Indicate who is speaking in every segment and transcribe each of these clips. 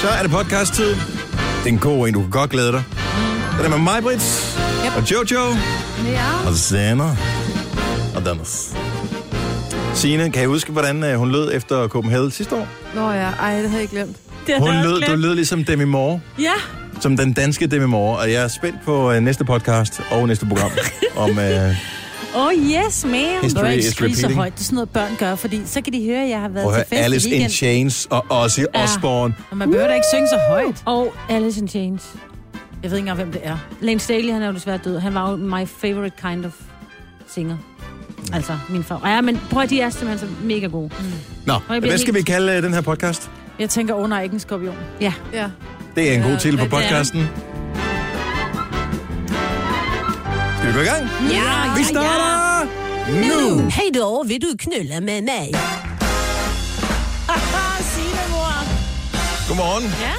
Speaker 1: Så er det podcast-tid. Det er en god en, du kan godt glæde dig. Den er med mig, Brits,
Speaker 2: Yep.
Speaker 1: og Jojo,
Speaker 2: Ja.
Speaker 1: og Zana, og Dennis. Signe, kan I huske, hvordan øh, hun lød efter Copenhagen sidste år?
Speaker 2: Nå ja, ej, det havde jeg glemt.
Speaker 3: Det er
Speaker 1: Hun
Speaker 3: da
Speaker 1: lød,
Speaker 3: også
Speaker 1: du
Speaker 3: glemt.
Speaker 1: lød ligesom Demi Moore,
Speaker 3: Ja,
Speaker 1: som den danske Demi Moore, og jeg er spændt på øh, næste podcast og næste program om... Øh,
Speaker 3: oh yes, ma'am.
Speaker 1: History
Speaker 4: Du er ikke
Speaker 1: is
Speaker 4: skrige så
Speaker 1: repeating.
Speaker 4: højt. Det er sådan noget, børn gør, fordi så kan de høre, at jeg har været
Speaker 1: Prøv at
Speaker 4: til
Speaker 1: høre,
Speaker 4: fest
Speaker 1: Alice
Speaker 4: i
Speaker 1: in
Speaker 4: weekenden.
Speaker 1: Chains og Ozzy
Speaker 4: Ja.
Speaker 1: Osbourne.
Speaker 4: Og man behøver da ikke synge så højt.
Speaker 3: Og Alice in Chains.
Speaker 4: Jeg ved ikke engang, hvem det er.
Speaker 3: Lane Staley, han er jo desværre død. Han var jo my favorite kind of singer. Altså, min favorit. Ja, men prøv at de er simpelthen så mega gode.
Speaker 1: Nå,
Speaker 3: bliver
Speaker 1: hvad skal
Speaker 3: helt-
Speaker 1: vi kalde øh, den her podcast?
Speaker 4: Jeg tænker, under ikke en skorpion.
Speaker 3: Ja.
Speaker 2: Ja.
Speaker 1: Det er en god
Speaker 2: Ja,
Speaker 1: titel på
Speaker 2: det er den.
Speaker 1: podcasten. Skal vi gå i gang?
Speaker 3: Ja,
Speaker 1: Vi starter nu!
Speaker 4: Hey då, vil du knulle med mig? Sig det, mor.
Speaker 1: Godmorgen.
Speaker 3: Ja,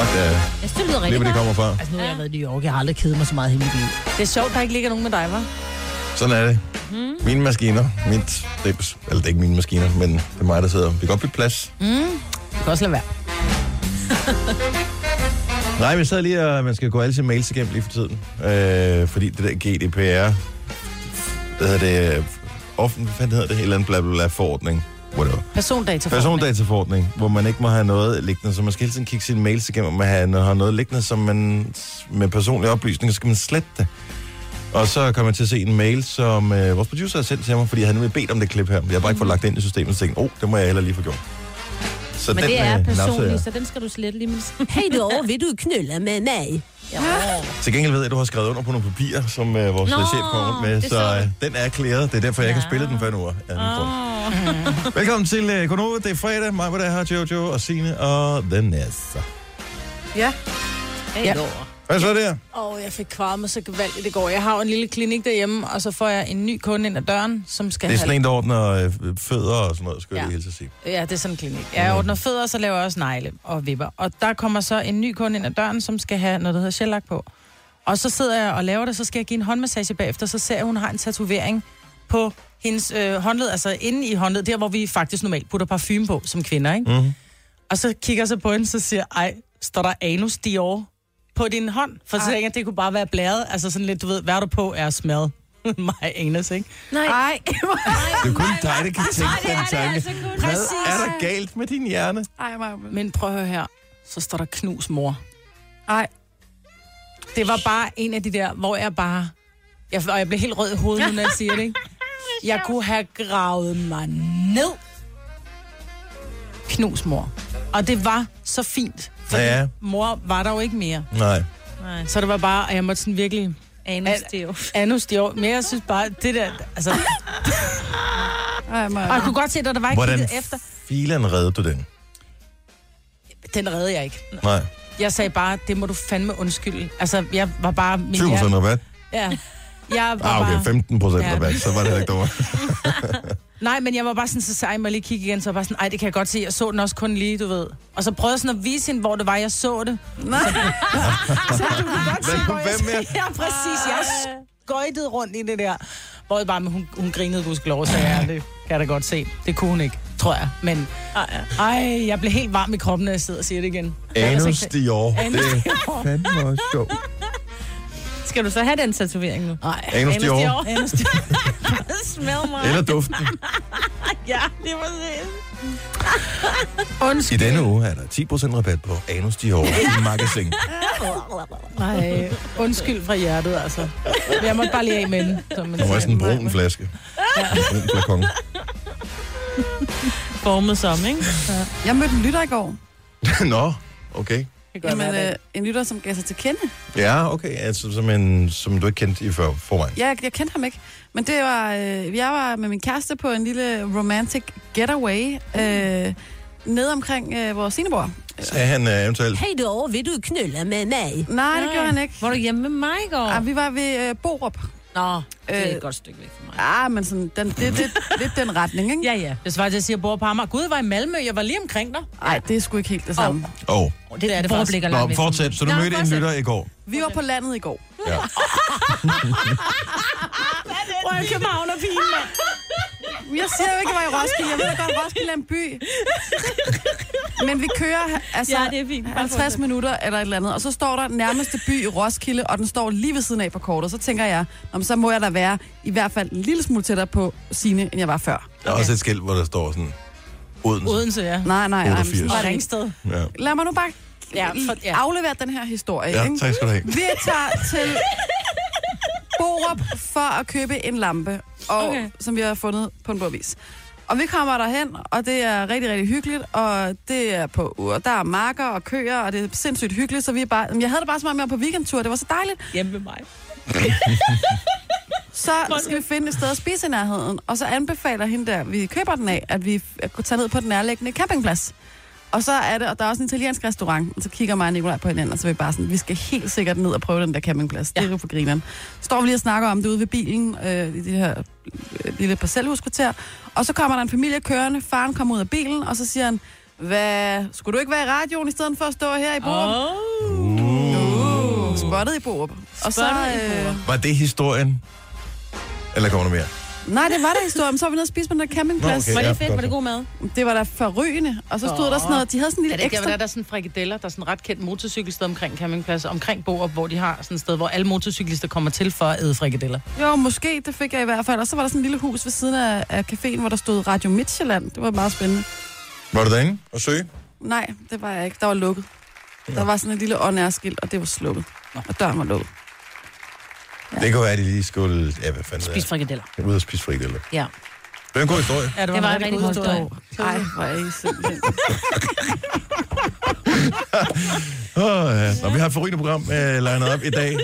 Speaker 1: Og der
Speaker 3: jeg synes, det lyder
Speaker 1: lige,
Speaker 3: rigtig
Speaker 1: hvor det
Speaker 3: godt.
Speaker 1: kommer fra.
Speaker 4: Altså, nu har jeg været i New York.
Speaker 5: Jeg har aldrig kedet mig så meget i hele mit liv.
Speaker 4: Det er sjovt, der ikke ligger nogen med dig, hva'? Mhm.
Speaker 1: Sådan er det. Mine maskiner, mit rips. Eller det er ikke mine maskiner, men det er mig, der sidder. Vi kan godt bytte plads.
Speaker 4: Mhm.
Speaker 5: Du kan også lade være.
Speaker 1: Nej, vi sad lige og man skal gå alle sine mails igennem lige for tiden. Øh, fordi det der GDPR, hvad hedder det, offentlig, hvad hedder det, et eller andet bla bla bla forordning. Whatever.
Speaker 5: Persondata.
Speaker 1: Persondataforordning, hvor man ikke må have noget liggende, så man skal hele tiden kigge sine mails igennem, om man har noget, har noget liggende, som man med personlige oplysninger, så skal man slette det. Og så kom jeg til at se en mail, som øh, vores producer har sendt til mig, fordi han havde bedt om det klip her. Jeg har bare ikke fået lagt det ind i systemet, så tænkte jeg, oh, det må jeg heller lige få gjort. Så
Speaker 3: Men det er
Speaker 1: øh, napsede
Speaker 3: personligt, så den skal du slette lige med. det-
Speaker 4: Hey då, vil du knulle med mig?
Speaker 1: jeg. Til gengæld ved jeg, at du har skrevet under på nogle papirer, som øh, vores
Speaker 3: Nå,
Speaker 1: Nå, chef kommer rundt med,
Speaker 3: det
Speaker 1: så
Speaker 3: så
Speaker 1: øh, den er klæret. Det er derfor, jeg ja. ikke har spillet den før nu. Oh. Velkommen til øh, Konoba. Det er fredag. Mig, hvor der har Jojo og Signe og Vanessa.
Speaker 2: Ja.
Speaker 5: Ja.
Speaker 1: Hvad så der?
Speaker 5: Og jeg fik kvarmet så gevaldigt i går. Jeg har jo en lille klinik derhjemme, og så får jeg en ny kunde ind ad døren, som skal
Speaker 1: Det er
Speaker 5: have...
Speaker 1: sådan en, der ordner øh, fødder og sådan noget, skulle ja. jeg
Speaker 5: Ja.
Speaker 1: lige hilse at sige.
Speaker 5: Ja, det er sådan en klinik. Jeg ordner fødder, så laver jeg også negle og vipper. Og der kommer så en ny kunde ind ad døren, som skal have noget, der hedder shellac på. Og så sidder jeg og laver det, så skal jeg give en håndmassage bagefter, så ser jeg, at hun har en tatovering på hendes øh, håndled, altså inde i håndled, der hvor vi faktisk normalt putter parfume på som kvinder, ikke?
Speaker 1: Mhm.
Speaker 5: Og så kigger jeg så på hende, så siger jeg, ej, står der anus Dior på din hånd? For så tænker jeg, det kunne bare være blæret, altså sådan lidt, du ved, hvad er du på er smad. My anus, ikke?
Speaker 3: Nej,
Speaker 5: Ej,
Speaker 1: Det er kun dig, der kan tænke den tanke.
Speaker 3: kun.
Speaker 1: Hvad er der galt med din hjerne?
Speaker 2: Ej, Maja.
Speaker 5: men prøv at høre her, så står der knus mor.
Speaker 2: Ej.
Speaker 5: Det var bare en af de der, hvor jeg bare... Jeg, og jeg blev helt rød i hovedet, nu, når jeg siger det, ikke? Jeg kunne have gravet mig ned. Knus mor. Og det var så fint, for
Speaker 1: Ja.
Speaker 5: ja. mor var der jo ikke mere.
Speaker 1: Nej.
Speaker 3: Nej,
Speaker 5: Så det var bare, at jeg måtte sådan virkelig...
Speaker 3: anus, det er jo.
Speaker 5: Anus, de år. Men jeg synes bare, det der... Altså, og
Speaker 2: Ej, Maja.
Speaker 5: jeg kunne godt se, at der var ikke
Speaker 1: Hvordan
Speaker 5: kigget efter.
Speaker 1: filen redde du den?
Speaker 5: Den redde jeg ikke.
Speaker 1: Nej.
Speaker 5: Jeg sagde bare, det må du fandme undskylde. Altså, jeg var bare... Min
Speaker 1: 20 procent rabat?
Speaker 5: Ja. Jeg var
Speaker 1: Ah, okay. 15 procent
Speaker 5: Ja.
Speaker 1: rabat. Så var det heller ikke dårligt.
Speaker 5: Nej, men jeg var bare sådan, så sej, må jeg lige kigge igen. Så var jeg bare sådan, ej, det kan jeg godt se. Jeg så den også kun lige, du ved. Og så prøvede jeg sådan at vise hende, hvor det var, jeg så det.
Speaker 1: Hvad, hvad med?
Speaker 5: Ja, præcis. Jeg skøjtede rundt i det der. Hvor jeg bare, men hun, hun grinede gudskelov, så ja, det kan jeg da godt se. Det kunne hun ikke, tror jeg. Men ej, jeg blev helt varm i kroppen, når jeg altså sidder og siger det igen.
Speaker 1: Anus Dior. Det er fandme også sjovt.
Speaker 3: Skal du så have den tatovering nu?
Speaker 5: Nej.
Speaker 1: Anus Dior.
Speaker 5: Anus, det
Speaker 3: Smell mig.
Speaker 1: Eller duften.
Speaker 3: Ja, det var det.
Speaker 1: I denne uge er der 10 procent rabat på Anus Dior i magasin.
Speaker 5: Ej, undskyld fra hjertet, altså. Men Jeg måtte bare lige af med den. som man
Speaker 1: Der var
Speaker 5: siger.
Speaker 1: sådan en brun flaske. En brun flakon.
Speaker 3: Formet som, ikke?
Speaker 2: Jeg mødte en lytter i går.
Speaker 1: Nå, okay.
Speaker 5: Det kan godt
Speaker 2: Jamen,
Speaker 5: være, det
Speaker 2: øh, en lytter, som gav sig til kende.
Speaker 1: Ja, okay. Altså, som, en, som du ikke kendte i for, forvejen.
Speaker 2: Jeg, jeg kendte ham ikke. Men det var, øh, jeg var med min kæreste på en lille romantic getaway
Speaker 3: Mm.
Speaker 2: øh, nede omkring øh, vores Sineborg.
Speaker 1: Sagde han øh, eventuelt,
Speaker 4: Hey då, vil du knulle med mig?
Speaker 2: Nej, det gjorde han ikke.
Speaker 3: Var du hjemme med mig i går?
Speaker 2: Ah, vi var ved øh, Borup.
Speaker 3: Nå, det er
Speaker 2: Øh.
Speaker 3: et godt stykke væk for mig.
Speaker 2: Ah, men sådan, den, det er lidt, lidt den retning, ikke?
Speaker 3: Ja, ja.
Speaker 5: er. Det svarer til at sige, at jeg bor på Amager. Gud, jeg var i Malmø. Jeg var lige omkring dig.
Speaker 2: Nej, det er sgu ikke helt det samme.
Speaker 1: åh, oh,
Speaker 3: Det er det faktisk. ligger langt
Speaker 1: Nå,
Speaker 3: væk fra
Speaker 1: fortsæt. Så du
Speaker 3: Nå,
Speaker 1: mødte en
Speaker 3: fortsæt.
Speaker 1: lytter i går.
Speaker 2: Vi var på landet i går.
Speaker 1: Ja.
Speaker 3: mig. Prøv at købe havn og pige, mand.
Speaker 2: Jeg siger jo ikke, at jeg var i Roskilde. Jeg ved da godt, Roskilde er en by. Men vi kører altså,
Speaker 3: Ja, det er fint. Bare
Speaker 2: 50
Speaker 3: fortsæt.
Speaker 2: minutter eller et eller andet, og så står der nærmeste by i Roskilde, og den står lige ved siden af på kortet. Og så tænker jeg, "Nå, men så må jeg da være i hvert fald en lille smule tættere på Sine, end jeg var før.
Speaker 1: Der er også et skilt, hvor der står sådan, Odense.
Speaker 5: Odense, ja.
Speaker 2: Nej, nej, nej. men
Speaker 1: 88.
Speaker 2: sådan
Speaker 5: Og
Speaker 2: var det ikke.
Speaker 5: Ringsted.
Speaker 1: Ja.
Speaker 2: Lad mig nu bare
Speaker 5: Ja, for- ja.
Speaker 2: aflevere den her historie.
Speaker 1: ja,
Speaker 2: ikke?
Speaker 1: tak skal du have.
Speaker 2: Vi tager til Borup for at købe en lampe, og, okay.
Speaker 3: Okay.
Speaker 2: som vi har fundet på en bordvis. Og vi kommer derhen, og det er rigtig, rigtig hyggeligt, og det er på, og der er marker og køer, og det er sindssygt hyggeligt, så vi er bare, jamen, jeg havde det bare så meget med på weekendtur, det var så dejligt.
Speaker 5: Hjemme med mig.
Speaker 2: Så skal vi finde et sted at spise i nærheden, og så anbefaler hende der, vi køber den af, at vi f- tager ned på den nærliggende campingplads. Og så er det, og der er også en italiensk restaurant, og så kigger mig og Nicolaj på hinanden, og så er vi bare sådan, vi skal helt sikkert ned og prøve den der campingplads. Ja. Det er jo for grineren. Står vi lige og snakker om det ude ved bilen, øh, i det her øh, lille parcelhuskvarter, og så kommer der en familie kørende, faren kommer ud af bilen, og så siger han, hvad, skulle du ikke være i radioen i stedet for at stå her i Borup? Oh. Spottet i Borup. Og så,
Speaker 5: Spottet i Borup.
Speaker 2: øh,
Speaker 1: Var det historien? Eller kommer der mere?
Speaker 2: nej, det var der historien, så var vi nede og spise på den der campingplads.
Speaker 1: Nå,
Speaker 3: Var
Speaker 1: okay.
Speaker 3: det
Speaker 1: Ja,
Speaker 3: fedt? Var
Speaker 1: godt.
Speaker 3: det god mad?
Speaker 2: Det var da forrygende. Og så stod
Speaker 5: Åh.
Speaker 2: der sådan noget, de havde sådan en
Speaker 5: Er
Speaker 2: lille
Speaker 5: det ikke der,
Speaker 2: ekstra...
Speaker 5: hvor der er sådan frikadeller, der er sådan et ret kendt motorcykelsted omkring campingplads, omkring Borup, hvor de har sådan et sted, hvor alle motorcyklister kommer til for at æde frikadeller.
Speaker 2: Jo, måske, det fik jeg i hvert fald. Og så var der sådan et lille hus ved siden af, af caféen, hvor der stod Radio Midtjylland. Det var meget spændende.
Speaker 1: Var du derinde og søge?
Speaker 2: Nej, det var jeg ikke. Der var lukket. Der var sådan et lille åndærskilt, og det var slukket. Og døren var lukket.
Speaker 1: Ja. Det kunne være, at de lige skulle... Ja, hvad fanden
Speaker 3: Spis
Speaker 1: Spis
Speaker 3: frikadeller.
Speaker 1: er. Ude og spise frikadeller.
Speaker 3: Ja.
Speaker 1: Det er en god historie.
Speaker 5: Ja,
Speaker 3: Det var en rigtig god historie.
Speaker 2: Ej, hvor er I simpelthen.
Speaker 1: Åh, ja. Nå, vi har et forrygende program øh, lined op i dag.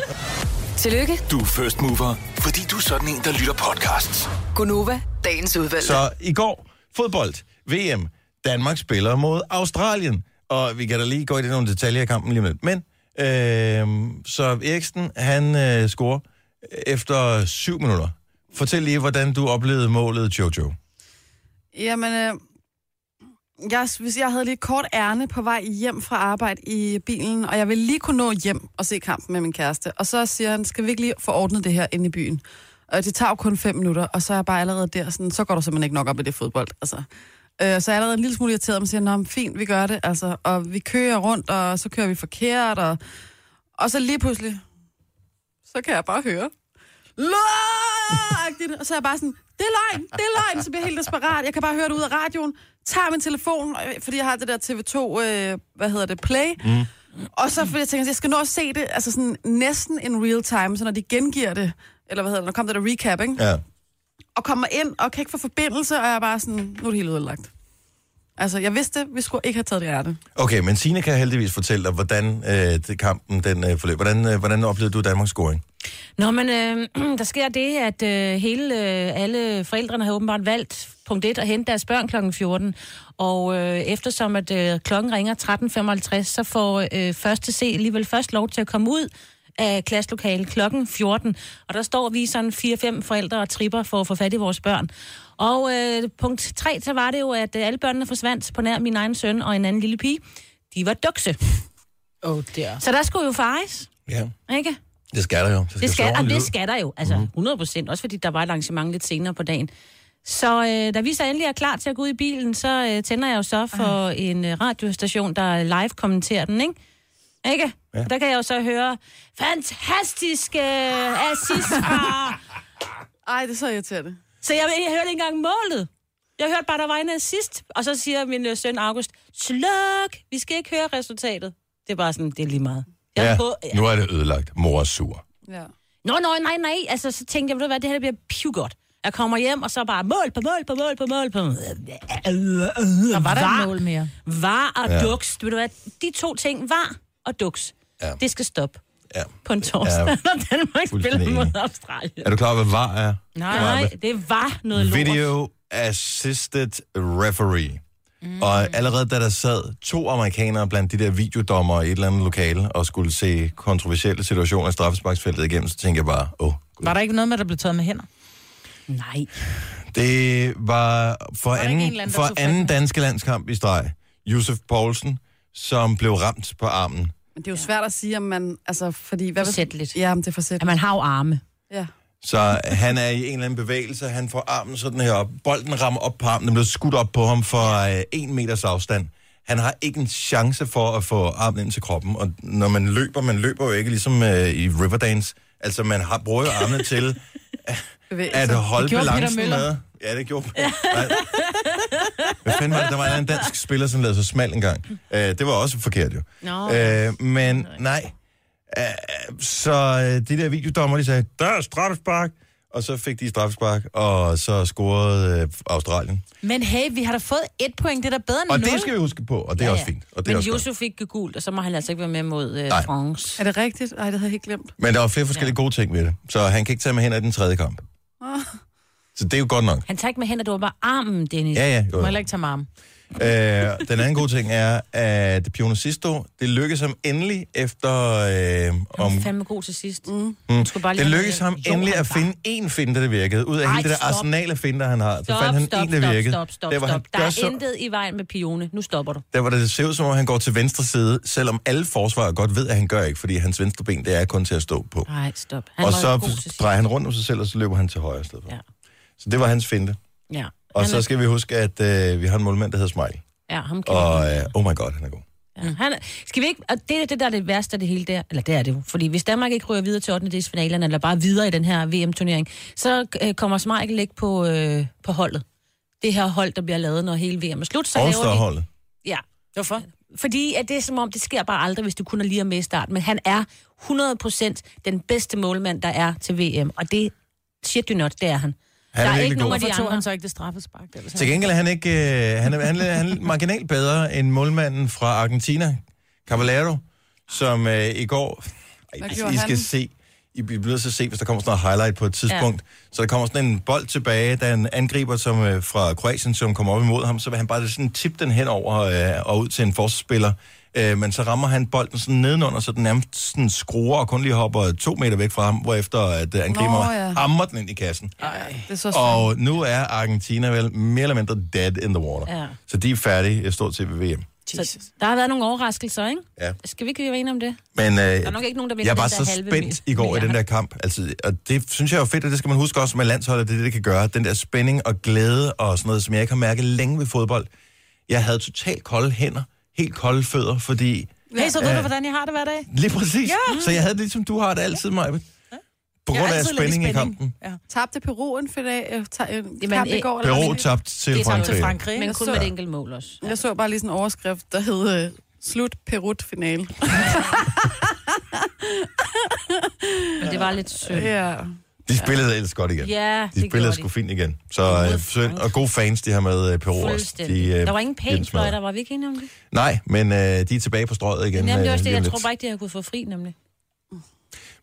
Speaker 6: Tillykke,
Speaker 7: Du er first mover, fordi du er sådan en, der lytter podcasts.
Speaker 6: Gunova, dagens udvalgte.
Speaker 1: Så i går, fodbold, VM, Danmark spiller mod Australien. Og vi kan da lige gå i det nogle detaljer i kampen lige med. Men, øh, så Eriksen, han øh, scorer efter syv minutter. Fortæl lige, hvordan du oplevede målet, Jojo.
Speaker 2: Jamen, øh, jeg, hvis jeg havde lige et kort ærne på vej hjem fra arbejde i bilen, og jeg ville lige kunne nå hjem og se kampen med min kæreste, og så siger han, skal vi ikke lige få ordnet det her inde i byen? Og det tager jo kun fem minutter, og så er jeg bare allerede der, sådan, så går du simpelthen ikke nok op i det fodbold. Altså. Øh, så jeg er allerede en lille smule irriteret, og siger, nå, men fint, vi gør det, altså, og vi kører rundt, og så kører vi forkert, og, og så lige pludselig, så kan jeg bare høre, løgn! Og så er jeg bare sådan, det er løgn, det er løgn, så bliver jeg helt desperat. Jeg kan bare høre det ud af radioen. Tager min telefon, øh, fordi jeg har det der TV2, øh, hvad hedder det, Play. Mm. Og så fordi jeg tænker, jeg skal nå at se det, altså sådan næsten in real time, så når de gengiver det, eller hvad hedder det, når kom det der recap, ikke?
Speaker 1: Ja.
Speaker 2: og kommer ind og kan ikke få forbindelse, og jeg er bare sådan, nu er det helt ødelagt. Altså, jeg vidste, vi skulle ikke have taget det ærte.
Speaker 1: Okay, men Signe kan heldigvis fortælle dig, hvordan øh, det- kampen den øh, forløb. Hvordan, øh, hvordan oplevede du Danmarks scoring?
Speaker 3: Nå, men øh, der sker det, at øh, hele øh, alle forældrene har åbenbart valgt punkt 1 at hente deres børn kl. 14. Og øh, eftersom at øh, klokken ringer 13.55, så får øh, første C alligevel først lov til at komme ud af klasselokalet klokken 14. Og der står vi sådan 4-5 forældre og tripper for at få fat i vores børn. Og øh, punkt 3, så var det jo, at øh, alle børnene forsvandt på nær min egen søn og en anden lille pige. De var dukse.
Speaker 5: Oh, der.
Speaker 3: Så der skulle jo fares,
Speaker 1: Ja.
Speaker 3: ikke?
Speaker 1: Det skal der jo. Det skal,
Speaker 3: Det
Speaker 1: se
Speaker 3: skal, og
Speaker 1: ordentligt
Speaker 3: det
Speaker 1: ud.
Speaker 3: skal der jo, altså
Speaker 1: Mhm.
Speaker 3: 100 procent, også fordi der var et arrangement lidt senere på dagen. Så øh, da vi så endelig er klar til at gå ud i bilen, så øh, tænder jeg jo så for en øh, radiostation, der live kommenterer den, ikke? Ikke? Ja. Der kan jeg jo så høre, fantastiske assist fra...
Speaker 2: Ej, det er så irriterende.
Speaker 3: Så jeg, jeg hørte ikke engang målet. Jeg hørte bare, der var en assist, og så siger min øh, søn August, sluk, vi skal ikke høre resultatet. Det er bare sådan, det er lige meget. Jeg er på,
Speaker 1: Ja, nu er det ødelagt. Mor er sur.
Speaker 2: Ja.
Speaker 3: Nå, nå, nej, nej. Altså, så tænkte jeg, ved du hvad, det her det bliver pivgodt. Jeg kommer hjem, og så bare mål på mål på mål på mål på mål.
Speaker 5: Der var der
Speaker 3: var,
Speaker 5: et mål mere.
Speaker 3: Var og ja. duks. Ved du hvad, de to ting, var og duks,
Speaker 1: Ja.
Speaker 3: ja. det skal stoppe
Speaker 1: Ja.
Speaker 3: på en torsdag,
Speaker 1: Ja.
Speaker 3: ja. når Danmark
Speaker 1: Fuldstændig
Speaker 3: spiller mod
Speaker 1: enig.
Speaker 3: Australien.
Speaker 1: Er du klar over, hvad VAR er?
Speaker 3: Nej, det var noget lort.
Speaker 1: Video Assisted Referee. Mm. Og allerede da der sad to amerikanere blandt de der videodommer i et eller andet lokale og skulle se kontroversielle situationer i straffesparksfeltet igennem, så tænkte jeg bare, åh, oh,
Speaker 5: Var der ikke noget med, der blev taget med hænder?
Speaker 3: Nej.
Speaker 1: Det var for
Speaker 5: der
Speaker 1: anden,
Speaker 5: ikke en eller anden, der
Speaker 1: for
Speaker 5: tog
Speaker 1: anden
Speaker 5: fat?
Speaker 1: danske landskamp i streg. Josef Poulsen, som blev ramt på armen.
Speaker 2: Men det er jo svært at sige, om man... Altså, fordi, hvad hvis-
Speaker 3: Forsætligt.
Speaker 2: Ja, om det er
Speaker 3: Ja,
Speaker 2: forsætligt.
Speaker 3: man har jo arme.
Speaker 2: Ja.
Speaker 1: Så han er i en eller anden bevægelse, han får armen sådan her op, bolden rammer op på armen, den bliver skudt op på ham for øh, en meters afstand. Han har ikke en chance for at få armen ind til kroppen, og når man løber, man løber jo ikke ligesom øh, i Riverdance, altså man har, bruger jo armene til at holde
Speaker 5: Altså, gjorde Peter
Speaker 1: balancen
Speaker 5: Møller.
Speaker 1: med. Ja, det gjorde Peter. Nej. Hvad fanden var det? Der var en eller anden dansk spiller, som lavede sig smal en gang. Øh, det var også forkert jo.
Speaker 3: Nå.
Speaker 1: Øh, men nej. Øh, så øh, de der videodommer, de sagde, der er straffespark. Og så fik de straffespark, og så scorede øh, Australien.
Speaker 5: Men hey, vi har da fået et point. Det er da bedre end
Speaker 1: Og
Speaker 5: nul.
Speaker 1: det skal vi huske på, og det er ja, også fint. Og det er
Speaker 3: Men
Speaker 1: også godt.
Speaker 3: Yusuf fik gult, og så må han altså ikke være med mod øh,
Speaker 1: Nej.
Speaker 3: France.
Speaker 2: Er det rigtigt? Ej, det havde jeg helt glemt.
Speaker 1: Men der var flere forskellige gode ting ved det. Så han kan ikke tage med hen i den tredje kamp.
Speaker 2: Åh.
Speaker 1: Så det er jo godt nok.
Speaker 3: Han tager ikke med hænder, det var bare armen, Dennis.
Speaker 1: Ja, ja.
Speaker 5: Må
Speaker 1: Jo.
Speaker 5: heller ikke tage marm.
Speaker 1: Øh, den anden gode ting er, at Pione Sisto, det lykkedes ham endelig efter... Øh,
Speaker 3: Om...
Speaker 1: om,
Speaker 3: Han var fandme god til sidst. Mm. Skulle bare lige
Speaker 1: det
Speaker 3: have-
Speaker 1: lykkedes ham
Speaker 3: Jo,
Speaker 1: endelig
Speaker 3: han
Speaker 1: at
Speaker 3: var.
Speaker 1: finde én finder, der virkede. Ud af
Speaker 3: Ej,
Speaker 1: hele det der
Speaker 3: stop.
Speaker 1: arsenal af finder, han har, så
Speaker 3: Stop,
Speaker 1: fandt han
Speaker 3: stop,
Speaker 1: en, der
Speaker 3: stop,
Speaker 1: virkede.
Speaker 3: stop, stop,
Speaker 1: der, hvor
Speaker 3: stop. Der
Speaker 1: Han gør
Speaker 3: er
Speaker 1: så,
Speaker 3: intet i vejen med Pione. Nu stopper du.
Speaker 1: der var det ser ud som om, han går til venstre side, selvom alle forsvarer godt ved, at han gør ikke, fordi hans venstre ben, det er kun til at stå på.
Speaker 3: Nej, stop.
Speaker 1: Han
Speaker 3: Han
Speaker 1: og
Speaker 3: var
Speaker 1: så
Speaker 3: god til sidst.
Speaker 1: drejer han rundt om sig selv, og så løber han til højre i stedet for.
Speaker 3: Ja.
Speaker 1: Så det var hans finte.
Speaker 3: Ja.
Speaker 1: Og
Speaker 3: han
Speaker 1: så
Speaker 3: er,
Speaker 1: skal vi huske, at øh, vi har en målmand, der hedder Smeichel.
Speaker 3: ja, ham kan og...
Speaker 1: Og øh, oh my god, han er god.
Speaker 3: ja. han er, skal vi ikke... Og det er det, der er det værste af det hele der. Eller det er det jo. Fordi hvis Danmark ikke ryger videre til 8. finalen, eller bare videre i den her VM-turnering, så øh, kommer Smeichel ikke på, øh, på holdet. Det her hold, der bliver lavet, når hele VM er slut, så laver de...
Speaker 1: All-star-holdet.
Speaker 3: Ja. Hvorfor? Fordi at det er som om, det sker bare aldrig, hvis du kun er lige med i start. Men han er 100% den bedste målmand, der er til VM. Og det, shit you not, det er han.
Speaker 1: Han er
Speaker 3: der er
Speaker 1: virkelig
Speaker 3: ikke
Speaker 1: god.
Speaker 3: nogen af de
Speaker 5: Hvorfor tog
Speaker 3: andre.
Speaker 5: han så ikke det straffespark? Det er
Speaker 1: Til gengæld er han ikke... Øh, han, er, han, er, han er marginalt bedre end målmanden fra Argentina, Cavallero, som øh, i går... Ej,
Speaker 2: Hvad
Speaker 1: hvis
Speaker 2: gjorde
Speaker 1: I skal
Speaker 2: han?
Speaker 1: se... I bliver nødt til at se, hvis der kommer sådan noget highlight på et tidspunkt. Ja. Så der kommer sådan en bold tilbage, der er en angriber som, øh, fra Kroatien, som kommer op imod ham, så vil han bare sådan tippe den hen over øh, og ud til en forsvarsspiller. Øh, men så rammer han bolden sådan nedenunder, så den nærmest sådan skruer og kun lige hopper to meter væk fra ham, hvorefter at øh, angriber
Speaker 2: ja.
Speaker 1: ja. hammer den ind i kassen.
Speaker 2: Det er så og...
Speaker 1: Og nu er Argentina vel mere eller mindre dead in the water.
Speaker 3: Ja.
Speaker 1: Så de er færdige øh, stort set ved VM.
Speaker 3: Så der har været nogle overraskelser, ikke?
Speaker 1: Ja.
Speaker 3: Skal vi ikke være enige om det?
Speaker 1: Men øh,
Speaker 3: nok ikke nogen, der vinder
Speaker 1: jeg
Speaker 3: den
Speaker 1: var
Speaker 3: der
Speaker 1: så
Speaker 3: halve
Speaker 1: spændt
Speaker 3: mil-
Speaker 1: i går i den der
Speaker 3: milliard.
Speaker 1: kamp. Altså, og det synes jeg er fedt, og det skal man huske også med landsholdet, det er det, det kan gøre. Den der spænding og glæde og sådan noget, som jeg ikke har mærket længe ved fodbold. Jeg havde totalt kolde hænder, helt kolde fødder, fordi
Speaker 5: Hey, så ved du, hvordan jeg har det hver dag?
Speaker 1: lige præcis, ja. så jeg havde det ligesom du har det altid, Maja. På
Speaker 5: Jeg
Speaker 1: grund af
Speaker 5: altid lidt i
Speaker 1: spænding i kampen.
Speaker 5: Ja.
Speaker 2: Tabte Peru en finale? Øh, ta- øh, kamp
Speaker 3: øh,
Speaker 2: i går? eller hvad
Speaker 1: Peru
Speaker 2: det-
Speaker 1: tabt til
Speaker 3: tabt
Speaker 5: Til
Speaker 1: Frankrig.
Speaker 5: Frankrig.
Speaker 3: Men
Speaker 5: Men,
Speaker 3: kun
Speaker 2: så-
Speaker 3: med et enkelt mål også.
Speaker 2: Jeg så bare lige sådan en overskrift, der hed øh, Slut Perut finale.
Speaker 3: Men det var lidt sødt.
Speaker 2: Ja.
Speaker 1: De spillede ellers godt igen.
Speaker 3: Ja,
Speaker 1: De spillede
Speaker 3: det gjorde
Speaker 1: sgu
Speaker 3: de.
Speaker 1: fint igen.
Speaker 3: Og
Speaker 1: Så
Speaker 3: mod
Speaker 1: øh, synd,
Speaker 3: Frankrig.
Speaker 1: og gode fans, de her med øh, Peru også.
Speaker 3: Fuldstændig.
Speaker 1: øh,
Speaker 3: Der var ingen
Speaker 1: bliver smadret.
Speaker 3: pænfløjter, var vi ikke enige om det?
Speaker 1: Nej, men øh, de er tilbage på strøget igen.
Speaker 3: Jamen, det er
Speaker 1: øh,
Speaker 3: også det,
Speaker 1: lige om
Speaker 3: jeg
Speaker 1: lidt.
Speaker 3: tror bare ikke, de har kunnet få fri, nemlig.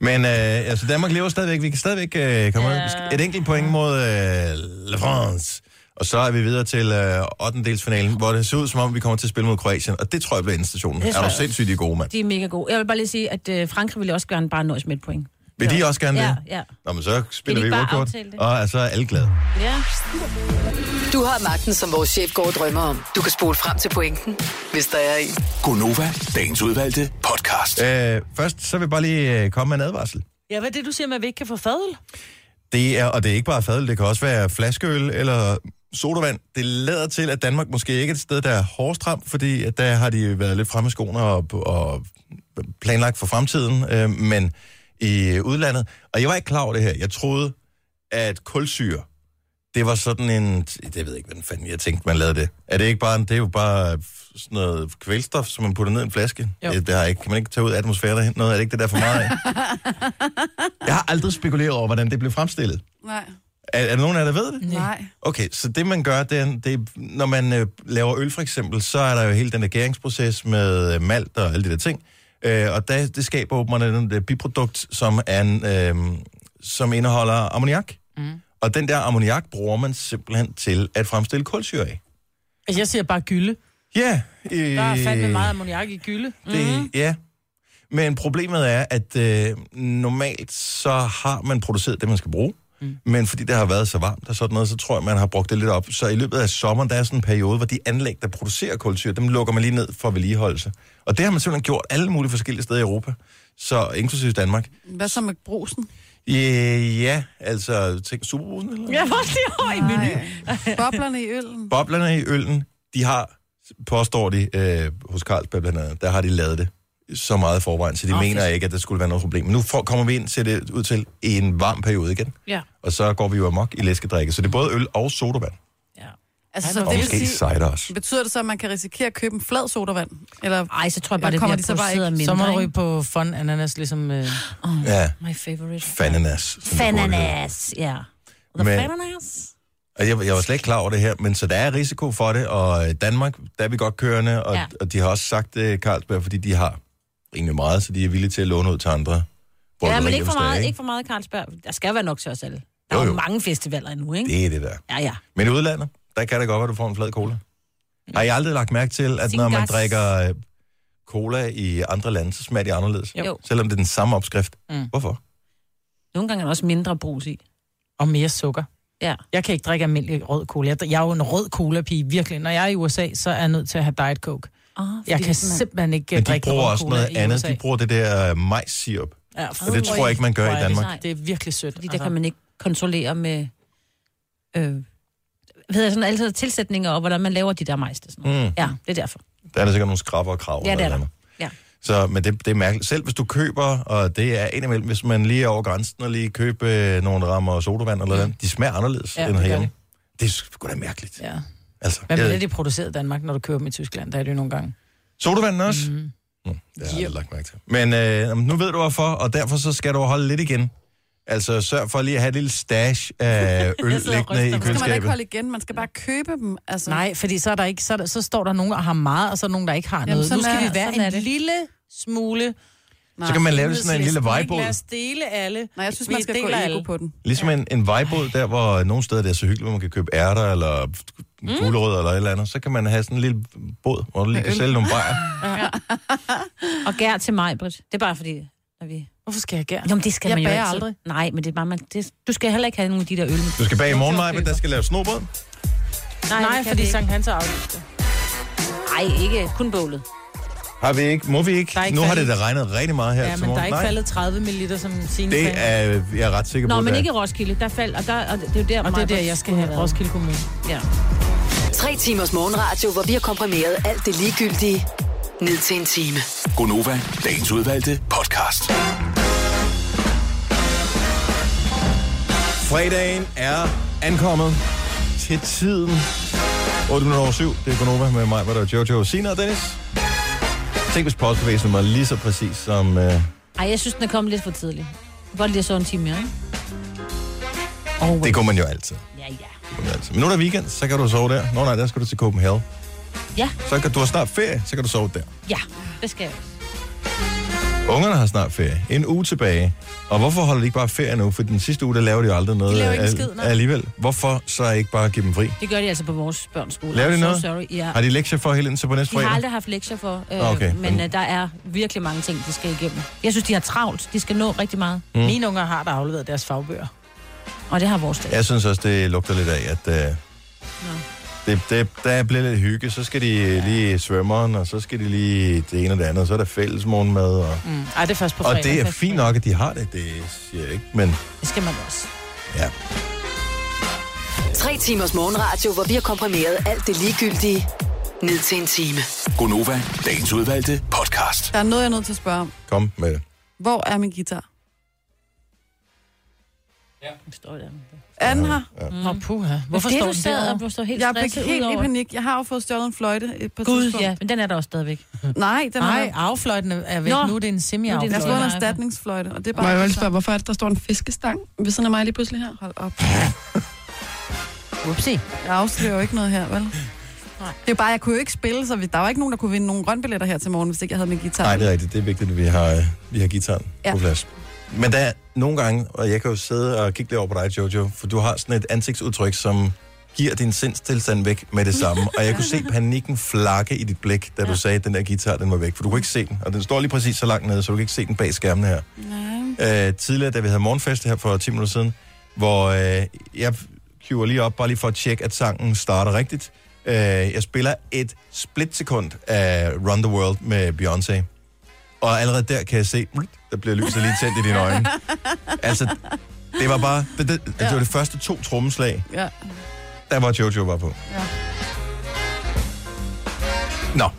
Speaker 1: Men øh, altså, Danmark lever stadigvæk. Vi kan stadigvæk øh, komme
Speaker 3: Ja.
Speaker 1: ja. Et enkelt point mod øh, La France. Og så er vi videre til øh, 8. delsfinalen, hvor det ser ud som om, vi kommer til at spille mod Kroatien. Og det tror jeg bliver endestationen.
Speaker 3: Det
Speaker 1: Er
Speaker 3: tror
Speaker 1: du
Speaker 3: jeg
Speaker 1: sindssygt de er gode, mand?
Speaker 3: De er mega gode. Jeg vil bare lige sige, at øh, Frankrig ville også gerne bare nøjes med et point.
Speaker 1: Vil de også gerne
Speaker 3: Ja,
Speaker 1: det?
Speaker 3: ja.
Speaker 1: Nå, men så spiller
Speaker 3: Vil de
Speaker 1: vi
Speaker 3: ikke bare
Speaker 1: uafgjort,
Speaker 3: aftale det?
Speaker 1: og så altså, er alle glade.
Speaker 3: Ja.
Speaker 6: Du har magten, som vores chef går og drømmer om. Du kan spole frem til pointen, hvis der er en.
Speaker 7: Gonova, dagens udvalgte podcast.
Speaker 1: Øh, først så vil jeg bare lige øh, komme med en advarsel.
Speaker 5: ja, hvad er det, du siger med, at vi ikke kan få fadel?
Speaker 1: Det er, og det er ikke bare fadøl, det kan også være flaskeøl eller sodavand. Det lader til, at Danmark måske ikke er et sted, der er hårdest ramt, fordi at der har de været lidt fremme i skoene og, og planlagt for fremtiden, øh, men i udlandet. Og jeg var ikke klar over det her. Jeg troede, at kulsyre, det var sådan en... Det ved jeg ikke, hvordan fanden jeg tænkte, man lavede det. Er det ikke bare... en- Det er jo bare sådan noget kvælstof, som man putter ned i en flaske. Det, det har ikke, kan man ikke tage ud af atmosfæren derhen? Noget er det ikke det der er for meget af? jeg har aldrig spekuleret over, hvordan det blev fremstillet.
Speaker 2: Nej.
Speaker 1: Er, er der nogen af jer, der ved det?
Speaker 2: Nej.
Speaker 1: Okay, så det man gør, det er, det er når man øh, laver øl for eksempel, så er der jo hele den der gæringsproces med øh, malt og alle de der ting. Øh, og der, det skaber åbenbart den der øh, biprodukt, som, er en, øh, som indeholder ammoniak. Mm. Og den der ammoniak bruger man simpelthen til at fremstille kulsyre af.
Speaker 5: Altså, jeg siger bare gylde.
Speaker 1: Ja. Øh,
Speaker 5: Der er fandme meget ammoniak i gylde.
Speaker 1: det, mm. Ja. Men problemet er, at øh, normalt så har man produceret det, man skal bruge. Mm. Men fordi det har været så varmt og sådan noget, så tror jeg, man har brugt det lidt op. Så i løbet af sommeren, der er sådan en periode, hvor de anlæg, der producerer kulsyre, dem lukker man lige ned for vedligeholdelse. Og det har man simpelthen gjort alle mulige forskellige steder i Europa. Så inklusive Danmark.
Speaker 2: Hvad så med brusen?
Speaker 1: Øh, ja, altså, tænk superbrusen, eller?
Speaker 3: Jeg var lige over i menu.
Speaker 2: Nej. Boblerne i øllen.
Speaker 1: Boblerne i øllen, de har, påstår de, øh, hos Carlsberg blandt andet, der har de lavet det så meget i forvejen, så de oh, mener ikke, at der skulle være noget problem. Men nu får, kommer vi ind til det, ud til en varm periode igen,
Speaker 3: Ja.
Speaker 1: og så går vi jo amok i læskedrikke. Så det er både øl og sodavand,
Speaker 3: ja.
Speaker 2: Altså, så
Speaker 1: og
Speaker 2: det vil
Speaker 1: måske
Speaker 2: sige,
Speaker 1: cider også.
Speaker 2: betyder det så, at man kan risikere at købe en flad sodavand? Eller
Speaker 3: Ej, så tror jeg bare,
Speaker 2: Eller
Speaker 3: det
Speaker 2: kommer
Speaker 3: bliver
Speaker 2: de så bare
Speaker 3: produceret
Speaker 2: ikke?
Speaker 3: mindre.
Speaker 5: Så må du
Speaker 3: ikke?
Speaker 5: ryge på fond ananas, ligesom... Øh,
Speaker 1: Ja,
Speaker 3: My favorite.
Speaker 1: fananas. som det burde hedde.
Speaker 3: Fananas, ja. The
Speaker 1: Men-
Speaker 3: fananas.
Speaker 1: Og jeg, jeg var slet ikke klar over det her, men så der er risiko for det, og øh, Danmark, der er vi godt kørende, og, ja.
Speaker 3: Ja.
Speaker 1: og de har også sagt øh, Carlsberg, fordi de har rimelig meget, så de er villige til at låne ud til andre.
Speaker 3: Ja, men
Speaker 1: bryggerier,
Speaker 3: ikke for
Speaker 1: hvis der er,
Speaker 3: meget, ikke for meget Carlsberg. Der skal jo være nok til os alle. Der
Speaker 1: Jo,
Speaker 3: er jo
Speaker 1: jo.
Speaker 3: mange festivaler endnu, ikke?
Speaker 1: Det er det der.
Speaker 3: Ja, ja.
Speaker 1: Men i udlandet, der kan det godt være, at du får en flad cola. Har I aldrig lagt mærke til, at når man
Speaker 3: Zingas.
Speaker 1: drikker øh, cola i andre lande, så smager de anderledes?
Speaker 3: Jo.
Speaker 1: Selvom det er den samme opskrift. Mm. Hvorfor?
Speaker 3: Nogle gange er der også mindre brus i.
Speaker 5: og mere sukker.
Speaker 3: Ja.
Speaker 5: Jeg kan ikke drikke almindelig rød cola. Jeg, jeg er jo en rød cola-pige, virkelig. Når jeg er i USA, så er jeg nødt til at have Diet Coke.
Speaker 2: Ah,
Speaker 3: Oh,
Speaker 5: Jeg kan simpelthen ikke
Speaker 1: Men
Speaker 5: øh,
Speaker 1: de
Speaker 5: drikke
Speaker 1: bruger
Speaker 5: rød
Speaker 1: også
Speaker 5: cola
Speaker 1: noget
Speaker 5: i
Speaker 1: andet.
Speaker 5: USA.
Speaker 1: De bruger det der øh, majssirup.
Speaker 5: Ja,
Speaker 1: Og det tror jeg ikke, man gør i
Speaker 5: Hvor er det-
Speaker 1: Danmark.
Speaker 5: Det er virkelig sødt. Altså,
Speaker 3: Fordi der kan man ikke kontrollere med... Øh, hvad hedder sådan altid tilsætninger, og hvordan man laver de der majs. og Sådan noget.
Speaker 1: Mm.
Speaker 3: Ja, det er derfor.
Speaker 1: Der er der sikkert nogle skrapper og krav.
Speaker 3: Ja,
Speaker 1: eller
Speaker 3: det er
Speaker 1: et
Speaker 3: der.
Speaker 1: eller
Speaker 3: Ja.
Speaker 1: Så, men det, det er mærkeligt. Selv hvis du køber, og det er indimellem, hvis man lige er over grænsen og lige køber øh, nogle rammer sodavand eller noget, de smager anderledes
Speaker 5: Ja,
Speaker 1: end
Speaker 5: det gør
Speaker 1: herhjemme. Det. det er sgu da mærkeligt.
Speaker 5: Ja.
Speaker 1: Altså,
Speaker 5: Hvad
Speaker 1: jeg-
Speaker 5: bliver det produceret i Danmark, når du køber dem i Tyskland? Der er det jo nogle gange.
Speaker 2: Mm.
Speaker 1: Sodavanden også? Mm. Det har jeg aldrig lagt mærke til. Men øh, jamen, nu ved du hvorfor, og derfor så skal du holde lidt igen. Altså sørg for lige at have et lille stash af øl liggende i
Speaker 2: så skal man da ikke
Speaker 1: køleskabet.
Speaker 2: holde igen, man skal bare købe dem. Altså.
Speaker 5: Nej, fordi så, er der ikke, så, er der, så står der nogen, der har meget, og så er der nogen, der ikke har noget.
Speaker 2: sådan
Speaker 5: nu skal
Speaker 2: er-
Speaker 5: vi være
Speaker 2: sådan er
Speaker 5: en
Speaker 2: det.
Speaker 5: lille smule...
Speaker 2: Nej.
Speaker 1: Så kan man lave det sådan en lille
Speaker 5: Enhedslisten, ikke?
Speaker 1: vejbåd.
Speaker 5: Lad os dele alle.
Speaker 2: Nej, jeg synes,
Speaker 5: Vi
Speaker 2: man skal gå
Speaker 5: deler
Speaker 2: ego
Speaker 5: alle.
Speaker 2: på den.
Speaker 1: Ligesom en, en vejbåd, der hvor nogle steder det er så hyggeligt, hvor man kan købe ærter eller gulerødder eller et eller andet. Så kan man have sådan en lille båd, hvor du lige kan sælge nogle bajer.
Speaker 3: Og gær til mig, Britt. Det er bare fordi, når vi...
Speaker 5: Hvorfor skal jeg gøre?
Speaker 3: Jo, men det skal
Speaker 5: Jeg
Speaker 3: man jo
Speaker 5: bager
Speaker 3: altid.
Speaker 5: aldrig.
Speaker 3: Nej, men det er bare, man... Det... du skal heller ikke have nogen af de der øl.
Speaker 1: Du skal bag i morgen, Maja, men der skal lave snobrød.
Speaker 5: Nej, fordi Sankt Hans er aflyst.
Speaker 3: Nej, ikke kun bålet.
Speaker 1: Har vi ikke? Må vi ikke?
Speaker 5: Der er ikke
Speaker 1: nu har det
Speaker 5: faldet-
Speaker 1: da regnet rigtig meget her
Speaker 5: Ja,
Speaker 1: til
Speaker 5: men der er
Speaker 1: morgen.
Speaker 5: ikke
Speaker 1: Altså, Nej,
Speaker 5: faldet 30 ml, som sine
Speaker 1: det
Speaker 5: fans.
Speaker 1: er jeg er ret sikker på.
Speaker 3: Nå, men
Speaker 1: det er.
Speaker 3: ikke i Roskilde. Der faldt, og, der, og det er jo der,
Speaker 5: Og det er
Speaker 3: Maj-Brit
Speaker 5: der, jeg skal
Speaker 3: skulle
Speaker 5: have
Speaker 3: været.
Speaker 5: Roskilde Kommune.
Speaker 3: Ja.
Speaker 6: Tre timers morgenradio, hvor vi har komprimeret alt det ligegyldige ned til en time.
Speaker 7: Gonova, dagens udvalgte podcast.
Speaker 1: Fredagen er ankommet til tiden. 8 minutter over 7. Det er Gonova med mig, hvor der er Jojo, Sina og Dennis. Tænk, hvis postbevægelsen var lige så præcis som... Øh,
Speaker 3: Ej, jeg synes, den er kommet lidt for tidligt. Godt lige at så en time mere, ikke?
Speaker 1: det kunne man jo altid.
Speaker 3: Ja, ja.
Speaker 1: Det kunne man altid. Men nu er der weekend, så kan du sove der. Nå nej, der skal du til Copenhagen.
Speaker 3: Ja,
Speaker 1: Så kan du har snart ferie, så kan du sove der.
Speaker 3: ja. Det skal jeg.
Speaker 1: Ungerne har snart ferie. En uge tilbage. Og hvorfor holder de ikke bare ferie nu? For den sidste uge, der laver de jo aldrig noget
Speaker 5: laver ikke en
Speaker 1: al-
Speaker 5: skid, nej.
Speaker 1: alligevel. Hvorfor så ikke bare give dem fri?
Speaker 3: Det gør de altså på vores børns skole.
Speaker 1: Laver de
Speaker 3: I'm so
Speaker 1: noget?
Speaker 3: Sorry. Ja.
Speaker 1: Har de lektier for hele indtil på næste
Speaker 3: De har
Speaker 1: fredag?
Speaker 3: aldrig haft lektier for, øh,
Speaker 1: Okay,
Speaker 3: okay, men,
Speaker 1: men-
Speaker 3: men øh, der er virkelig mange ting, de skal igennem. Jeg synes, de har travlt. De skal nå rigtig meget. Mm.
Speaker 5: Mine unger har da afleveret deres fagbøger.
Speaker 3: Og det har vores dag. Ja.
Speaker 1: Jeg synes også, det lugter lidt af, at øh, det, det, der bliver lidt hygge. Så skal de ja. lige i svømmeren, og så skal de lige det ene og det andet. og Så er der fælles morgenmad. Og, mm.
Speaker 5: Mm. Ej, det er først på
Speaker 1: og
Speaker 5: fredag.
Speaker 1: det er
Speaker 5: først på
Speaker 1: fint
Speaker 5: fredag.
Speaker 1: nok, at de har det. Det siger jeg ikke, men
Speaker 3: Det skal man også.
Speaker 1: ja.
Speaker 6: Tre timers morgenradio, hvor vi har komprimeret alt det ligegyldige ned til en time.
Speaker 7: Gonova, dagens udvalgte podcast.
Speaker 2: Der er noget, jeg er nødt til at spørge om.
Speaker 1: Kom med det.
Speaker 2: Hvor er min guitar?
Speaker 3: Nu Står der.
Speaker 2: Er den her?
Speaker 5: Mm. Og puha. Hvorfor
Speaker 3: det,
Speaker 5: står
Speaker 3: du
Speaker 5: den
Speaker 3: sad
Speaker 5: derovre?
Speaker 3: og du står helt
Speaker 2: Jeg
Speaker 3: stresset
Speaker 2: er helt
Speaker 3: ud
Speaker 2: i
Speaker 3: over.
Speaker 2: panik. Jeg har jo fået stjålet en fløjte et par
Speaker 3: Gud,
Speaker 2: tidspunkt.
Speaker 3: ja, men den er der også stadigvæk.
Speaker 2: Nej, den
Speaker 5: Nej,
Speaker 2: er
Speaker 5: affløjten er væk.
Speaker 3: Nå.
Speaker 5: Nu er det
Speaker 2: jeg
Speaker 3: Nu er
Speaker 5: en
Speaker 3: det
Speaker 5: semi-affløjt.
Speaker 2: har fået en erstatningsfløjte, og det er
Speaker 8: Må jeg
Speaker 2: bare...
Speaker 8: vil spørge, hvorfor er det, der står en fiskestang ved siden af mig lige pludselig her?
Speaker 2: Hold op.
Speaker 5: Upsi.
Speaker 2: Jeg afslører jo ikke noget her, vel? Det er bare, jeg kunne jo ikke spille, så vi, der var ikke nogen, der kunne vinde nogle grønbilletter her til morgen, hvis ikke jeg havde min guitar.
Speaker 1: Nej, det er rigtigt. Det er vigtigt, at vi har, øh, vi har gitaren ja.
Speaker 2: Ja.
Speaker 1: på plads. Men der er nogle gange, og jeg kan jo sidde og kigge lidt over på dig, Jojo, for du har sådan et ansigtsudtryk, som giver din sindstilstand væk med det samme. Og jeg kunne se panikken flakke i dit blik, da du sagde, at den der guitar, den var væk. For du kunne ikke se den, og den står lige præcis så langt nede, så du kan ikke se den bag skærmene her. Nej. Øh, tidligere, da vi havde morgenfest her for 10 minutter siden, hvor øh, jeg køber lige op, bare lige for at tjekke, at sangen starter rigtigt. Øh, jeg spiller et splitsekund af Run the World med Beyoncé. Og allerede der kan jeg se, der bliver lyset lige tændt i dine øjne. Altså, det var bare... Det, det, det var det første to trommeslag,
Speaker 2: Ja.
Speaker 1: der var Jojo bare på.
Speaker 2: Ja.
Speaker 1: Nå.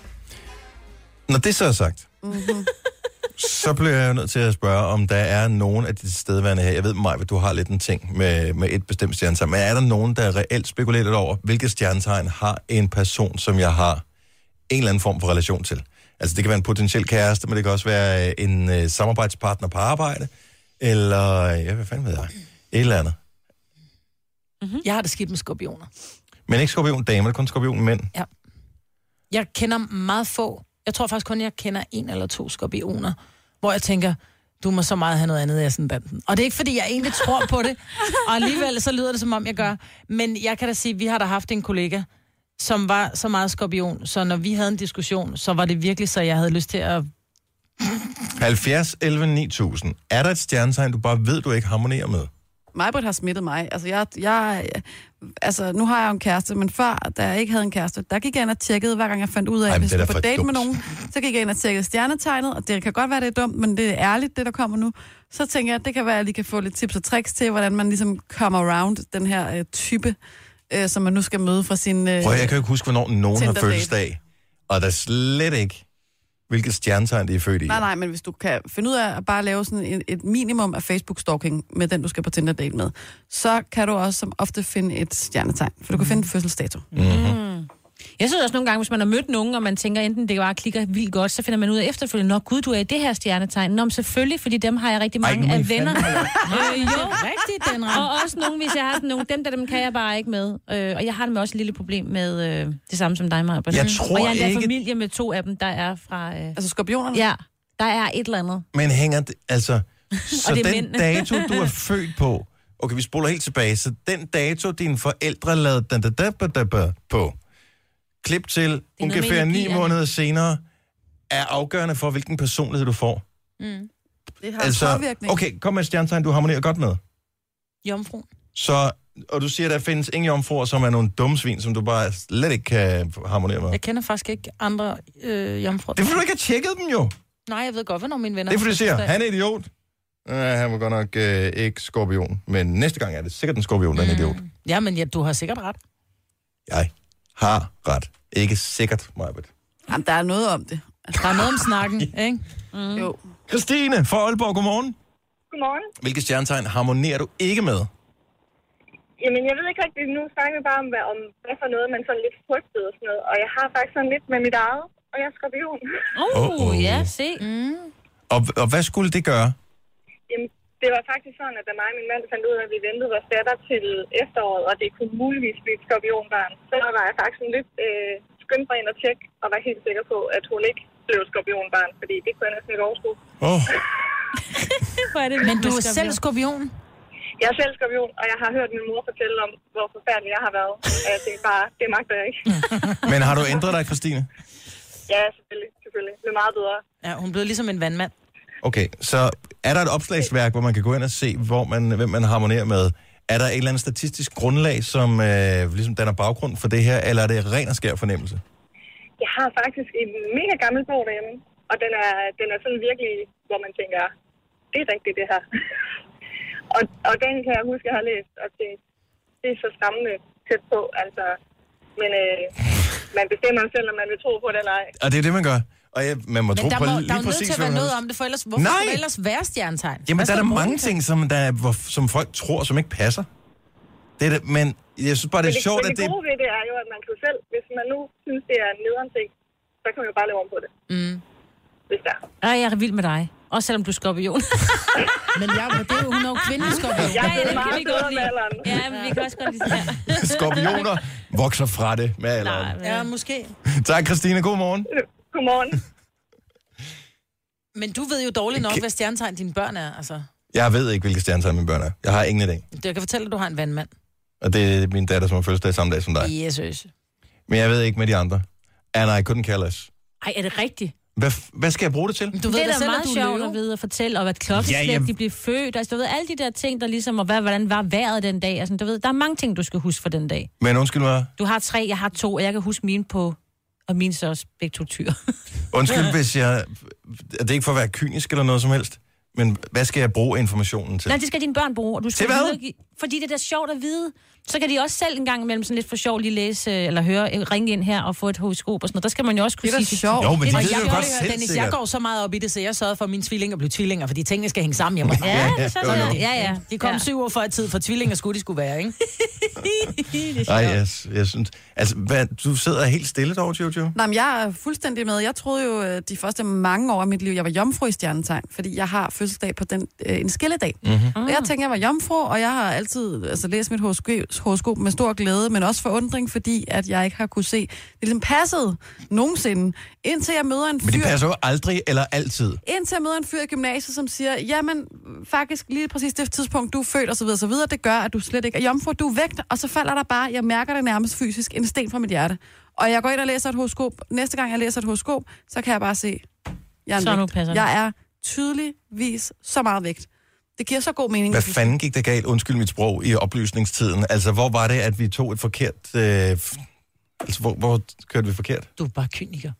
Speaker 1: Når det så er sagt, så bliver jeg jo nødt til at spørge, om der er nogen af de tilstedeværende her. Jeg ved, Maj, du har lidt en ting med, med et bestemt stjernetegn. Men er der nogen, der reelt spekulerer lidt over, hvilket stjernetegn har en person, som jeg har en eller anden form for relation til? Altså, det kan være en potentiel kæreste, men det kan også være øh, en øh, samarbejdspartner på arbejde. Eller, øh, ja, hvad fanden ved jeg? Et eller andet.
Speaker 5: Jeg har det skidt med skorpioner.
Speaker 1: Men ikke skorpion damer, det er kun skorpion mænd.
Speaker 5: Jeg kender meget få. Jeg tror faktisk kun, jeg kender en eller to skorpioner, hvor jeg tænker, du må så meget have noget andet i ascendanten. Og det er ikke, fordi jeg egentlig tror på det, og alligevel så lyder det, som om jeg gør. Men jeg kan da sige, at vi har da haft en kollega, som var så meget skorpion, så når vi havde en diskussion, så var det virkelig så, jeg havde lyst til at...
Speaker 1: 70, 11, 9000. Er der et stjernetegn, du bare ved, du ikke harmonerer med?
Speaker 2: Majbrit har smittet mig. Altså, jeg, jeg, altså, nu har jeg jo en kæreste, men før, da jeg ikke havde en kæreste, der gik jeg ind og tjekkede, hver gang jeg fandt ud
Speaker 1: Ej,
Speaker 2: af,
Speaker 1: men
Speaker 2: at hvis
Speaker 1: det er
Speaker 2: jeg
Speaker 1: da
Speaker 2: på
Speaker 1: for
Speaker 2: date
Speaker 1: dumt.
Speaker 2: med nogen, så gik jeg ind og tjekkede stjernetegnet, og det kan godt være, det er dumt, men det er ærligt, det der kommer nu. Så tænker jeg, at det kan være, at jeg lige kan få lidt tips og tricks til, hvordan man ligesom kommer around den her øh, type, øh, som man nu skal møde fra sin... Øh,
Speaker 1: Prøv, at- jeg kan jo ikke huske, hvornår nogen har
Speaker 2: Tinder-date.
Speaker 1: fødselsdag. Og der er slet ikke, hvilket stjernetegn de er født i.
Speaker 2: Nej, nej, men hvis du kan finde ud af at bare lave sådan et, et minimum af Facebook-stalking med den, du skal på Tinder-date med, så kan du også som ofte finde et stjernetegn, for du kan finde fødselsdato.
Speaker 3: Jeg synes også nogle gange, hvis man har mødt nogen, og man tænker, enten det bare klikker vildt godt, så finder man ud af efterfølgende, nå gud, du er i det her stjernetegn. Nå, men selvfølgelig, fordi dem har jeg rigtig
Speaker 1: Ej,
Speaker 3: mange
Speaker 1: må I
Speaker 3: af venner. øh, jo,
Speaker 5: Rigtigt, den
Speaker 3: og også nogen, hvis jeg har sådan nogle, dem der, dem kan jeg bare ikke med. Øh, og jeg har nemlig også et lille problem med øh, det samme som dig, Maja.
Speaker 1: Jeg tror
Speaker 3: og jeg er endda
Speaker 1: ikke-
Speaker 3: familie med to af dem, der er fra... Øh,
Speaker 2: Altså skorpionerne?
Speaker 3: ja, der er et eller andet.
Speaker 1: Men hænger det, altså... Så
Speaker 3: det er
Speaker 1: den
Speaker 3: mænd.
Speaker 1: dato, du er født på... Okay, vi spoler helt tilbage. Så den dato, dine forældre lavede den da, da, da, da, da, på, klip til ungefær
Speaker 3: med
Speaker 1: ni
Speaker 3: energierne.
Speaker 1: måneder senere, er afgørende for, hvilken personlighed du får.
Speaker 2: Det har altså,
Speaker 1: Altså,
Speaker 2: påvirkning.
Speaker 1: okay, kom med et stjernetegn, du harmonerer godt med.
Speaker 5: Jomfru.
Speaker 1: Så, og du siger, at der findes ingen jomfruer, som er nogle dumme svin, som du bare slet ikke kan harmonere med.
Speaker 5: Jeg kender faktisk ikke andre øh, jomfru.
Speaker 1: Det er fordi, du ikke har tjekket dem jo.
Speaker 5: Nej, jeg ved godt, hvornår mine venner...
Speaker 1: Det er fordi, du siger,
Speaker 5: fødselsdag.
Speaker 1: han er idiot. Uh, han var godt nok øh, ikke skorpion, men næste gang er det sikkert en skorpion, der er en idiot.
Speaker 5: Ja, men ja, du har sikkert ret.
Speaker 1: Jeg har ret. Ikke sikkert, Majbet.
Speaker 2: Jamen, der er noget om det. Altså,
Speaker 5: Der er noget om snakken, ikke?
Speaker 2: mm. Jo.
Speaker 1: Christine fra Aalborg, godmorgen.
Speaker 9: Godmorgen.
Speaker 1: Hvilke stjernetegn harmonerer du ikke med?
Speaker 9: Jamen, jeg ved ikke rigtigt. Nu snakker vi bare om, hvad, om, hvad for noget, man sådan lidt frygtede og sådan noget. Og jeg har faktisk sådan lidt med mit eget, og jeg er skorpion.
Speaker 3: Uh,
Speaker 1: Åh, oh. åh.
Speaker 3: ja, se. Mm.
Speaker 1: Og, og hvad skulle det gøre?
Speaker 9: Jamen, det var faktisk sådan, at da mig og min mand fandt ud af, at vi ventede vores datter til efteråret, og det kunne muligvis blive et skorpionbarn, så var jeg faktisk sådan lidt øh, skyndt mig ind og tjekke, og var helt sikker på, at hun ikke blev et skorpionbarn, fordi det kunne jeg næsten ikke overskue.
Speaker 1: Åh, oh,
Speaker 3: Hvor er det,
Speaker 5: Men du er
Speaker 3: mennesker,
Speaker 5: selv
Speaker 3: vi-
Speaker 5: skorpion.
Speaker 9: Jeg er selv skorpion, og jeg har hørt min mor fortælle om, hvor forfærdelig jeg har været. Og jeg tænkte bare, det magter jeg ikke.
Speaker 1: men har du ændret dig, Christine?
Speaker 9: ja, selvfølgelig, selvfølgelig. Det er meget bedre.
Speaker 5: Ja, hun blev ligesom en vandmand.
Speaker 1: Okay, så er der et opslagsværk, hvor man kan gå ind og se, hvor man, hvem man harmonerer med? Er der et eller andet statistisk grundlag, som øh, ligesom danner baggrund for det her, eller er det ren og skær fornemmelse?
Speaker 9: Jeg har faktisk en mega gammel bog derhjemme, og den er, den er sådan virkelig, hvor man tænker, det er rigtigt det her. og, og den kan jeg huske, jeg har læst, og tænkt, det er så skræmmende tæt på, altså. Men øh, man bestemmer jo selv, om man vil tro på det eller ej.
Speaker 1: Og det er det, man gør. Og jeg, man må
Speaker 5: Men
Speaker 1: tro
Speaker 5: der,
Speaker 1: på
Speaker 5: må, der er
Speaker 1: lige
Speaker 5: jo nødt
Speaker 1: præcis,
Speaker 5: til at
Speaker 1: hvad
Speaker 5: være
Speaker 1: man
Speaker 5: noget
Speaker 1: har-
Speaker 5: om Altså, det, for ellers, hvorfor
Speaker 1: Nej!
Speaker 5: skulle det ellers være stjernetegn?
Speaker 1: Jamen,
Speaker 5: Hvad
Speaker 1: der er
Speaker 5: skal
Speaker 1: der
Speaker 5: du bruge
Speaker 1: mange
Speaker 5: den til?
Speaker 1: ting, som, der, er- hvor, som folk tror, som ikke passer. Det er det, men jeg synes bare, det er
Speaker 9: Men det,
Speaker 1: sjovt,
Speaker 9: men
Speaker 1: at
Speaker 9: det
Speaker 1: det...
Speaker 9: gode ved det er jo, at man kan jo selv, hvis man nu synes, det er en nederen ting, så kan man jo bare lave om på det. Mm. Hvis der.
Speaker 3: Ej, jeg er vild med dig. Også selvom du er skorpion.
Speaker 5: Men jeg, men det er jo, hun er jo kvindelig skorpion.
Speaker 9: Jeg er
Speaker 3: Ja, ja,
Speaker 9: blevet
Speaker 3: det kan
Speaker 9: meget
Speaker 3: vi godt
Speaker 9: bedre med
Speaker 3: lide.
Speaker 9: alderen.
Speaker 3: ja, men vi kan også godt lide det her.
Speaker 1: Skorpioner vokser fra det med alderen.
Speaker 3: Nej, men-
Speaker 5: Ja, måske.
Speaker 1: Tak, Christine. God morgen.
Speaker 9: Godmorgen.
Speaker 5: Men du ved jo dårligt nok, hvad stjernetegn dine børn er. Altså,
Speaker 1: Jeg ved ikke, hvilke stjernetegn mine børn er. Jeg har ingen idé.
Speaker 5: jeg kan fortælle, at du har en vandmand.
Speaker 1: Og det er min datter, som har fødselsdag samme dag som dig.
Speaker 5: Yes, yes.
Speaker 1: Men jeg ved ikke med de andre. And I couldn't care less.
Speaker 3: Ej, er det rigtigt?
Speaker 1: Hvad, f- hvad skal jeg bruge det til?
Speaker 5: Du ved
Speaker 3: det
Speaker 5: da
Speaker 3: er da
Speaker 5: selv, at
Speaker 3: meget
Speaker 5: du er
Speaker 3: sjovt
Speaker 5: løve.
Speaker 3: at vide at fortælle, og hvad klokkeslæt,
Speaker 1: Ja,
Speaker 3: ja,
Speaker 1: jamen.
Speaker 3: de blev født, altså du ved, alle de der ting, der ligesom, og hvad, hvordan var vejret den dag, altså du ved, der er mange ting, du skal huske for den dag.
Speaker 1: Men undskyld mig.
Speaker 3: Du har tre, jeg har to, og jeg kan huske mine på, og mine så også begge to tyr.
Speaker 1: Undskyld, hvis jeg... Er det ikke for at være kynisk eller noget som helst? Men hvad skal jeg bruge informationen til?
Speaker 3: Nej, det skal dine børn bruge, og du skal
Speaker 1: Til hvad?
Speaker 3: videregive- fordi det er da sjovt at vide. Så kan de også selv en gang imellem sådan lidt for sjov lige læse, øh, eller høre, øh, ringe ind her og få et horoskop og sådan noget. Der skal man jo også kunne
Speaker 2: Det er da
Speaker 3: sige... sit-
Speaker 2: sjovt.
Speaker 1: Jo, men de
Speaker 5: Og
Speaker 1: ved
Speaker 5: jeg,
Speaker 1: det jo
Speaker 5: gjorde
Speaker 1: godt
Speaker 5: det,
Speaker 1: selv,
Speaker 5: Dennis, jeg
Speaker 1: sikkert.
Speaker 5: går så meget op i det, så jeg sørgede for, at mine tvillinger blev tvillinger, fordi tingene skal hænge sammen hjemme. hos mig.
Speaker 3: Ja, det er sådan,
Speaker 1: Jo, jo.
Speaker 3: ja, ja.
Speaker 5: De kom
Speaker 3: ja.
Speaker 5: ja. syv år før i tid, for tvillinger skulle de skulle være, ikke?
Speaker 1: Nej, jeg, jeg synes... Altså, hvad, du sidder helt stille dog, Jojo.
Speaker 2: Nej, men jeg er fuldstændig med. Jeg troede jo øh, de første mange år af mit liv, jeg var jomfru i stjernetegn, fordi jeg har fødselsdag på den, øh, en skilledag.
Speaker 1: Mhm.
Speaker 2: Mm-hmm. Og jeg tænkte, jeg var jomfru, og jeg har altid altså, læst mit horoskop- horoskop med stor glæde, men også forundring, fordi at jeg ikke har kunne se, det ligesom passede nogensinde, indtil jeg møder en fyr.
Speaker 1: Men det passer jo aldrig eller altid.
Speaker 2: Indtil jeg møder en fyr i gymnasiet, som siger, jamen faktisk lige præcis det tidspunkt, du er født osv., osv., det gør, at du slet ikke er jomfru, du er vægt, og så falder der bare, jeg mærker det nærmest fysisk, en sten fra mit hjerte. Og jeg går ind og læser et horoskop. Næste gang jeg læser et horoskop, så kan jeg bare se, jeg er, en
Speaker 3: Så nu
Speaker 2: vægt.
Speaker 3: passer det.
Speaker 2: jeg er tydeligvis så meget vægt. Det giver så god mening.
Speaker 1: Hvad fanden gik der galt, undskyld mit sprog, i oplysningstiden? Altså, hvor var det, at vi tog et forkert... Øh, altså, hvor, hvor kørte vi forkert?
Speaker 5: Du er bare kyniker.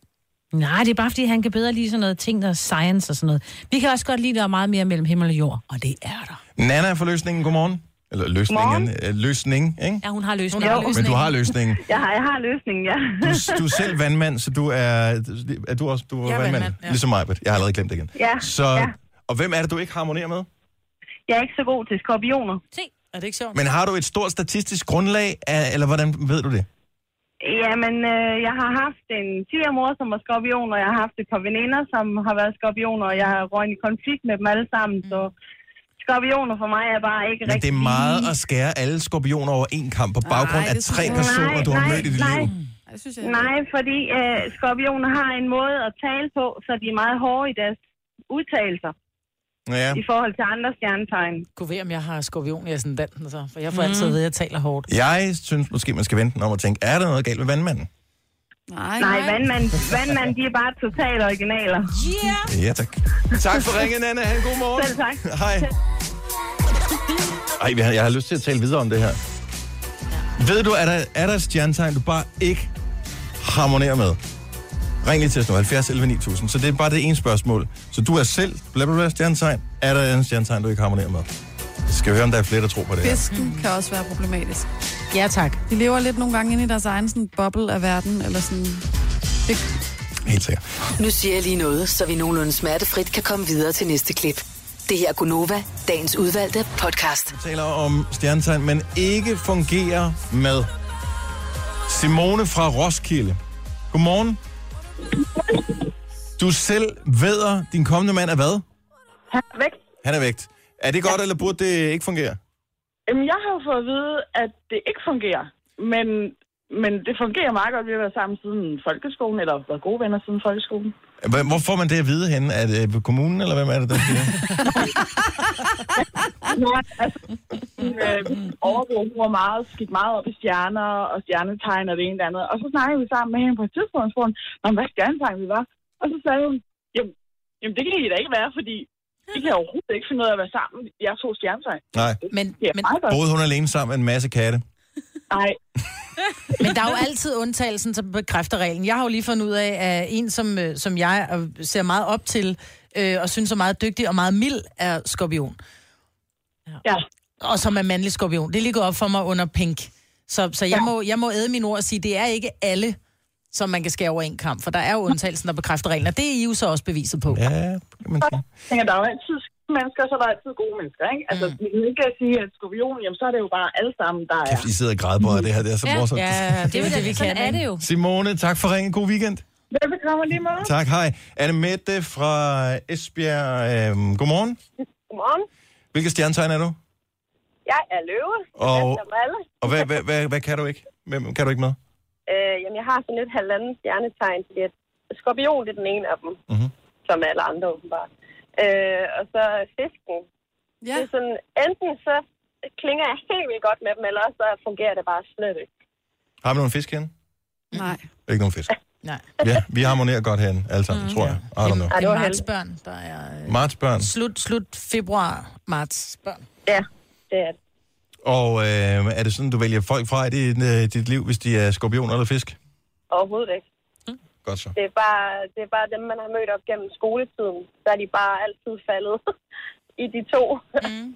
Speaker 3: Nej, det er bare, fordi han kan bedre lide sådan noget ting, der er science og sådan noget. Vi kan også godt lide, at der er meget mere mellem himmel og jord.
Speaker 5: Og det er der.
Speaker 1: Nana for løsningen, godmorgen. Eller løsningen,
Speaker 9: Godmorgen.
Speaker 1: øh, løsning, ikke?
Speaker 3: Ja, hun har løsninger.
Speaker 5: Hun har
Speaker 3: Jo.
Speaker 1: Men du har løsningen.
Speaker 9: Jeg har, jeg har løsningen, ja.
Speaker 1: Du, du er selv vandmand, så du er... Er du også du er
Speaker 5: Jeg er
Speaker 1: vandmand?
Speaker 5: vandmand, ja.
Speaker 1: Ligesom mig, Britt. jeg har allerede glemt det igen.
Speaker 9: Ja,
Speaker 1: Så,
Speaker 9: ja.
Speaker 1: Og hvem er det, du ikke harmonerer med?
Speaker 9: Jeg er ikke så god til skorpioner.
Speaker 3: Se,
Speaker 5: Er det ikke sjovt?
Speaker 1: Men har du et stort statistisk grundlag, af- eller hvordan ved du det?
Speaker 9: Jamen, øh, jeg har haft en tidligere mor, som var skorpion, og jeg har haft et par veninder, som har været skorpioner, og jeg har røget i konflikt med dem alle sammen, så skorpioner for mig er bare ikke
Speaker 1: Men det
Speaker 9: rigtig...
Speaker 1: er meget at skære alle skorpioner over en kamp på baggrund
Speaker 2: Nej,
Speaker 1: af
Speaker 2: det
Speaker 1: tre
Speaker 2: synes jeg-
Speaker 1: personer, du har
Speaker 9: Nej,
Speaker 1: mødt i dit
Speaker 9: nej,
Speaker 1: liv.
Speaker 2: Det synes jeg.
Speaker 9: Nej, fordi øh, skorpioner har en måde at tale på, så de er meget hårde i deres udtalelser
Speaker 1: Ja.
Speaker 9: i forhold til andre stjernetegn.
Speaker 5: Kunne ved, om jeg har skorpion i ascendanten, så. For jeg får
Speaker 3: Mm.
Speaker 5: altid at vide, at jeg taler hårdt.
Speaker 1: Jeg synes måske, man skal vente den om og tænke, er der noget galt med vandmanden?
Speaker 2: Nej,
Speaker 9: Nej,
Speaker 2: nej.
Speaker 9: vandmand, vandmand, de er bare totalt originaler.
Speaker 1: Ja, tak. Tak for ringen, Anna. Ha' en god morgen.
Speaker 9: Selv tak.
Speaker 1: Hej. Ej, vi har- jeg har lyst til at tale videre om det her. Ved du, er der, er der et stjernetegn, du bare ikke harmonerer med? Ring lige til os nu, 70 11 9000. Så det er bare det ene spørgsmål. Så du er selv, bla bla bla, stjernetegn. Er der et andet stjernetegn, du ikke harmonerer med? Så skal vi høre, om der er flere, der tror på det her.
Speaker 2: Fisken kan også være problematisk.
Speaker 5: Ja, tak.
Speaker 2: De lever lidt nogle gange inde i deres egen sådan, boble af verden, eller sådan... Det,
Speaker 1: Helt sikkert.
Speaker 6: Nu siger jeg lige noget, så vi nogenlunde smertefrit kan komme videre til næste klip. Det her er Gunova, dagens udvalgte podcast.
Speaker 1: taler om stjernetegn, men ikke fungerer med. Simone fra Roskilde. Godmorgen. Du selv væder, din kommende mand er hvad?
Speaker 9: Væk.
Speaker 1: Han er vægt. Er det godt, eller burde det ikke fungere?
Speaker 9: Jamen, jeg har jo fået at vide, at det ikke fungerer. Men, men det fungerer meget godt. Vi har været sammen siden folkeskolen, eller været gode venner siden folkeskolen.
Speaker 1: Hva- Hvor får man det at vide henne? Er det øh, kommunen, eller hvem er det, der siger?
Speaker 9: Ja, altså, øh, overvågede var meget, gik meget op i stjerner og stjernetegn og det ene og det andet. Og så snakkede vi sammen med hende på et tidspunkt, og spurgte, "Nå, men hvad stjernetegn vi var. Og så sagde hun, jamen, jamen det kan I da ikke være, fordi I kan overhovedet ikke finde ud af at være sammen. Jeg to stjernetegn.
Speaker 1: Nej.
Speaker 5: Men,
Speaker 9: Det er
Speaker 5: men,
Speaker 9: meget godt.
Speaker 1: Boede hun alene sammen med en masse katte?
Speaker 9: Nej,
Speaker 5: men der er jo altid undtagelsen, som bekræfter reglen. Jeg har jo lige fundet ud af, at en, som, øh, som jeg øh, ser meget op til, øh, og synes er meget dygtig og meget mild, er skorpion.
Speaker 9: ja.
Speaker 5: og som er mandlig skorpion. Det ligger op for mig under pink. Så, så jeg, må, jeg må æde mine ord og sige, det er ikke alle, som man kan skære over en kamp, for der er jo undtagelsen, der bekræfter reglen, og det er I jo så også beviset på.
Speaker 1: Ja, kan man sige.
Speaker 9: Jeg tænker, der er jo altid skide mennesker, og så er der altid gode mennesker, ikke? Altså, mm. man kan sige, at skorpion, jamen, så er det jo bare alle sammen, der er...
Speaker 1: Kæft, I sidder og græder det her. Det er så morsomt.
Speaker 5: Ja,
Speaker 3: det er jo det, vi kan. er det jo.
Speaker 1: Simone, tak for ringen. God weekend.
Speaker 9: Velbekomme lige måde.
Speaker 1: Tak, hej. Anne Mette fra Esbjerg. Øhm, godmorgen.
Speaker 9: Godmorgen.
Speaker 1: Hvilket stjernetegn er du?
Speaker 9: Jeg er løve.
Speaker 1: Og,
Speaker 9: Som alle.
Speaker 1: og hvad, hvad, hvad, hvad kan du ikke? Hvem kan du ikke med?
Speaker 9: Øh, jamen, jeg har sådan et halvanden stjernetegn, fordi at skorpion det er den ene af dem,
Speaker 1: Mhm.
Speaker 9: som alle andre åbenbart. Øh, og så fisken. Ja.
Speaker 2: ja.
Speaker 9: Det er sådan, enten så klinger jeg helt vildt godt med dem, eller også så fungerer det bare slet ikke.
Speaker 1: Har vi nogle fisk herinde?
Speaker 2: Nej.
Speaker 1: Ikke nogen fisk.
Speaker 5: Nej.
Speaker 1: Ja, vi harmonerer godt herinde, alle sammen, tror jeg. I don't know.
Speaker 5: Det
Speaker 9: det var
Speaker 5: er marts børn, der er øh,
Speaker 1: Marts børn.
Speaker 5: slut, slut februar, marts børn.
Speaker 9: Ja, det er det.
Speaker 1: Og øh, er det sådan, du vælger folk fra i dit, øh, dit liv, hvis de er skorpion eller fisk?
Speaker 9: Overhovedet ikke.
Speaker 1: Godt så.
Speaker 9: Det er, bare, det er bare dem, man har mødt op gennem skoletiden. Der er de bare altid faldet i de to. Mm.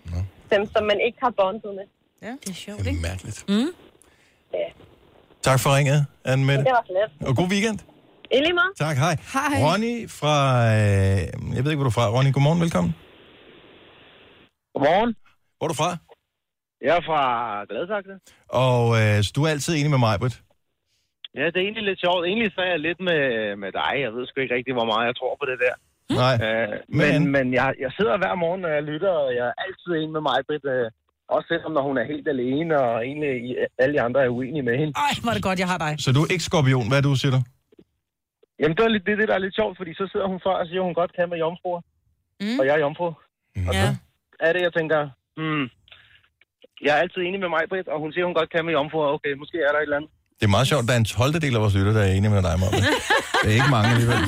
Speaker 9: dem, som man ikke har bondet med.
Speaker 3: Det er sjovt,
Speaker 1: Det
Speaker 3: ikke?
Speaker 1: er mærkeligt.
Speaker 3: Mm.
Speaker 9: Ja.
Speaker 1: Tak for ringet, Anne-Mette.
Speaker 9: Det var så let.
Speaker 1: Og god weekend.
Speaker 9: I lige meget.
Speaker 1: Tak, hej.
Speaker 2: Hej.
Speaker 1: Ronny fra... Øh, jeg ved ikke, hvor du er fra. Ronny, godmorgen, velkommen.
Speaker 10: Godmorgen.
Speaker 1: Hvor er du fra?
Speaker 10: Jeg er fra Gladsaxe.
Speaker 1: Og øh, så du er altid enig med mig, Britt.
Speaker 10: Ja, det er egentlig lidt sjovt. Egentlig så er jeg lidt med, med dig. Jeg ved sgu ikke rigtig, hvor meget jeg tror på det der.
Speaker 5: Hm?
Speaker 1: Nej.
Speaker 10: Øh, men
Speaker 1: Men-
Speaker 10: men, men jeg, jeg sidder hver morgen, når jeg lytter, og jeg er altid enig med mig, Britt. Øh, også selvom, når hun er helt alene, og egentlig i- alle de andre er uenige med hende.
Speaker 5: Ej, hvor er det godt, jeg har dig.
Speaker 1: Så du er ikke skorpion. Hvad er du, siger du?
Speaker 10: Jamen, det er lidt det, det, der er lidt sjovt, fordi så sidder hun før og siger, at hun godt kan med jomfruer.
Speaker 5: Mm.
Speaker 10: Og jeg er jomfru. Og
Speaker 5: Ja.
Speaker 10: så er det, jeg tænker, hmm, jeg er altid enig med mig, Britt, og hun siger, at hun godt kan med jomfruer. Okay, måske er der et eller andet.
Speaker 1: Det er meget sjovt, der er en 12. del af vores lytter, der er enige med dig, Marie. Det er ikke mange alligevel.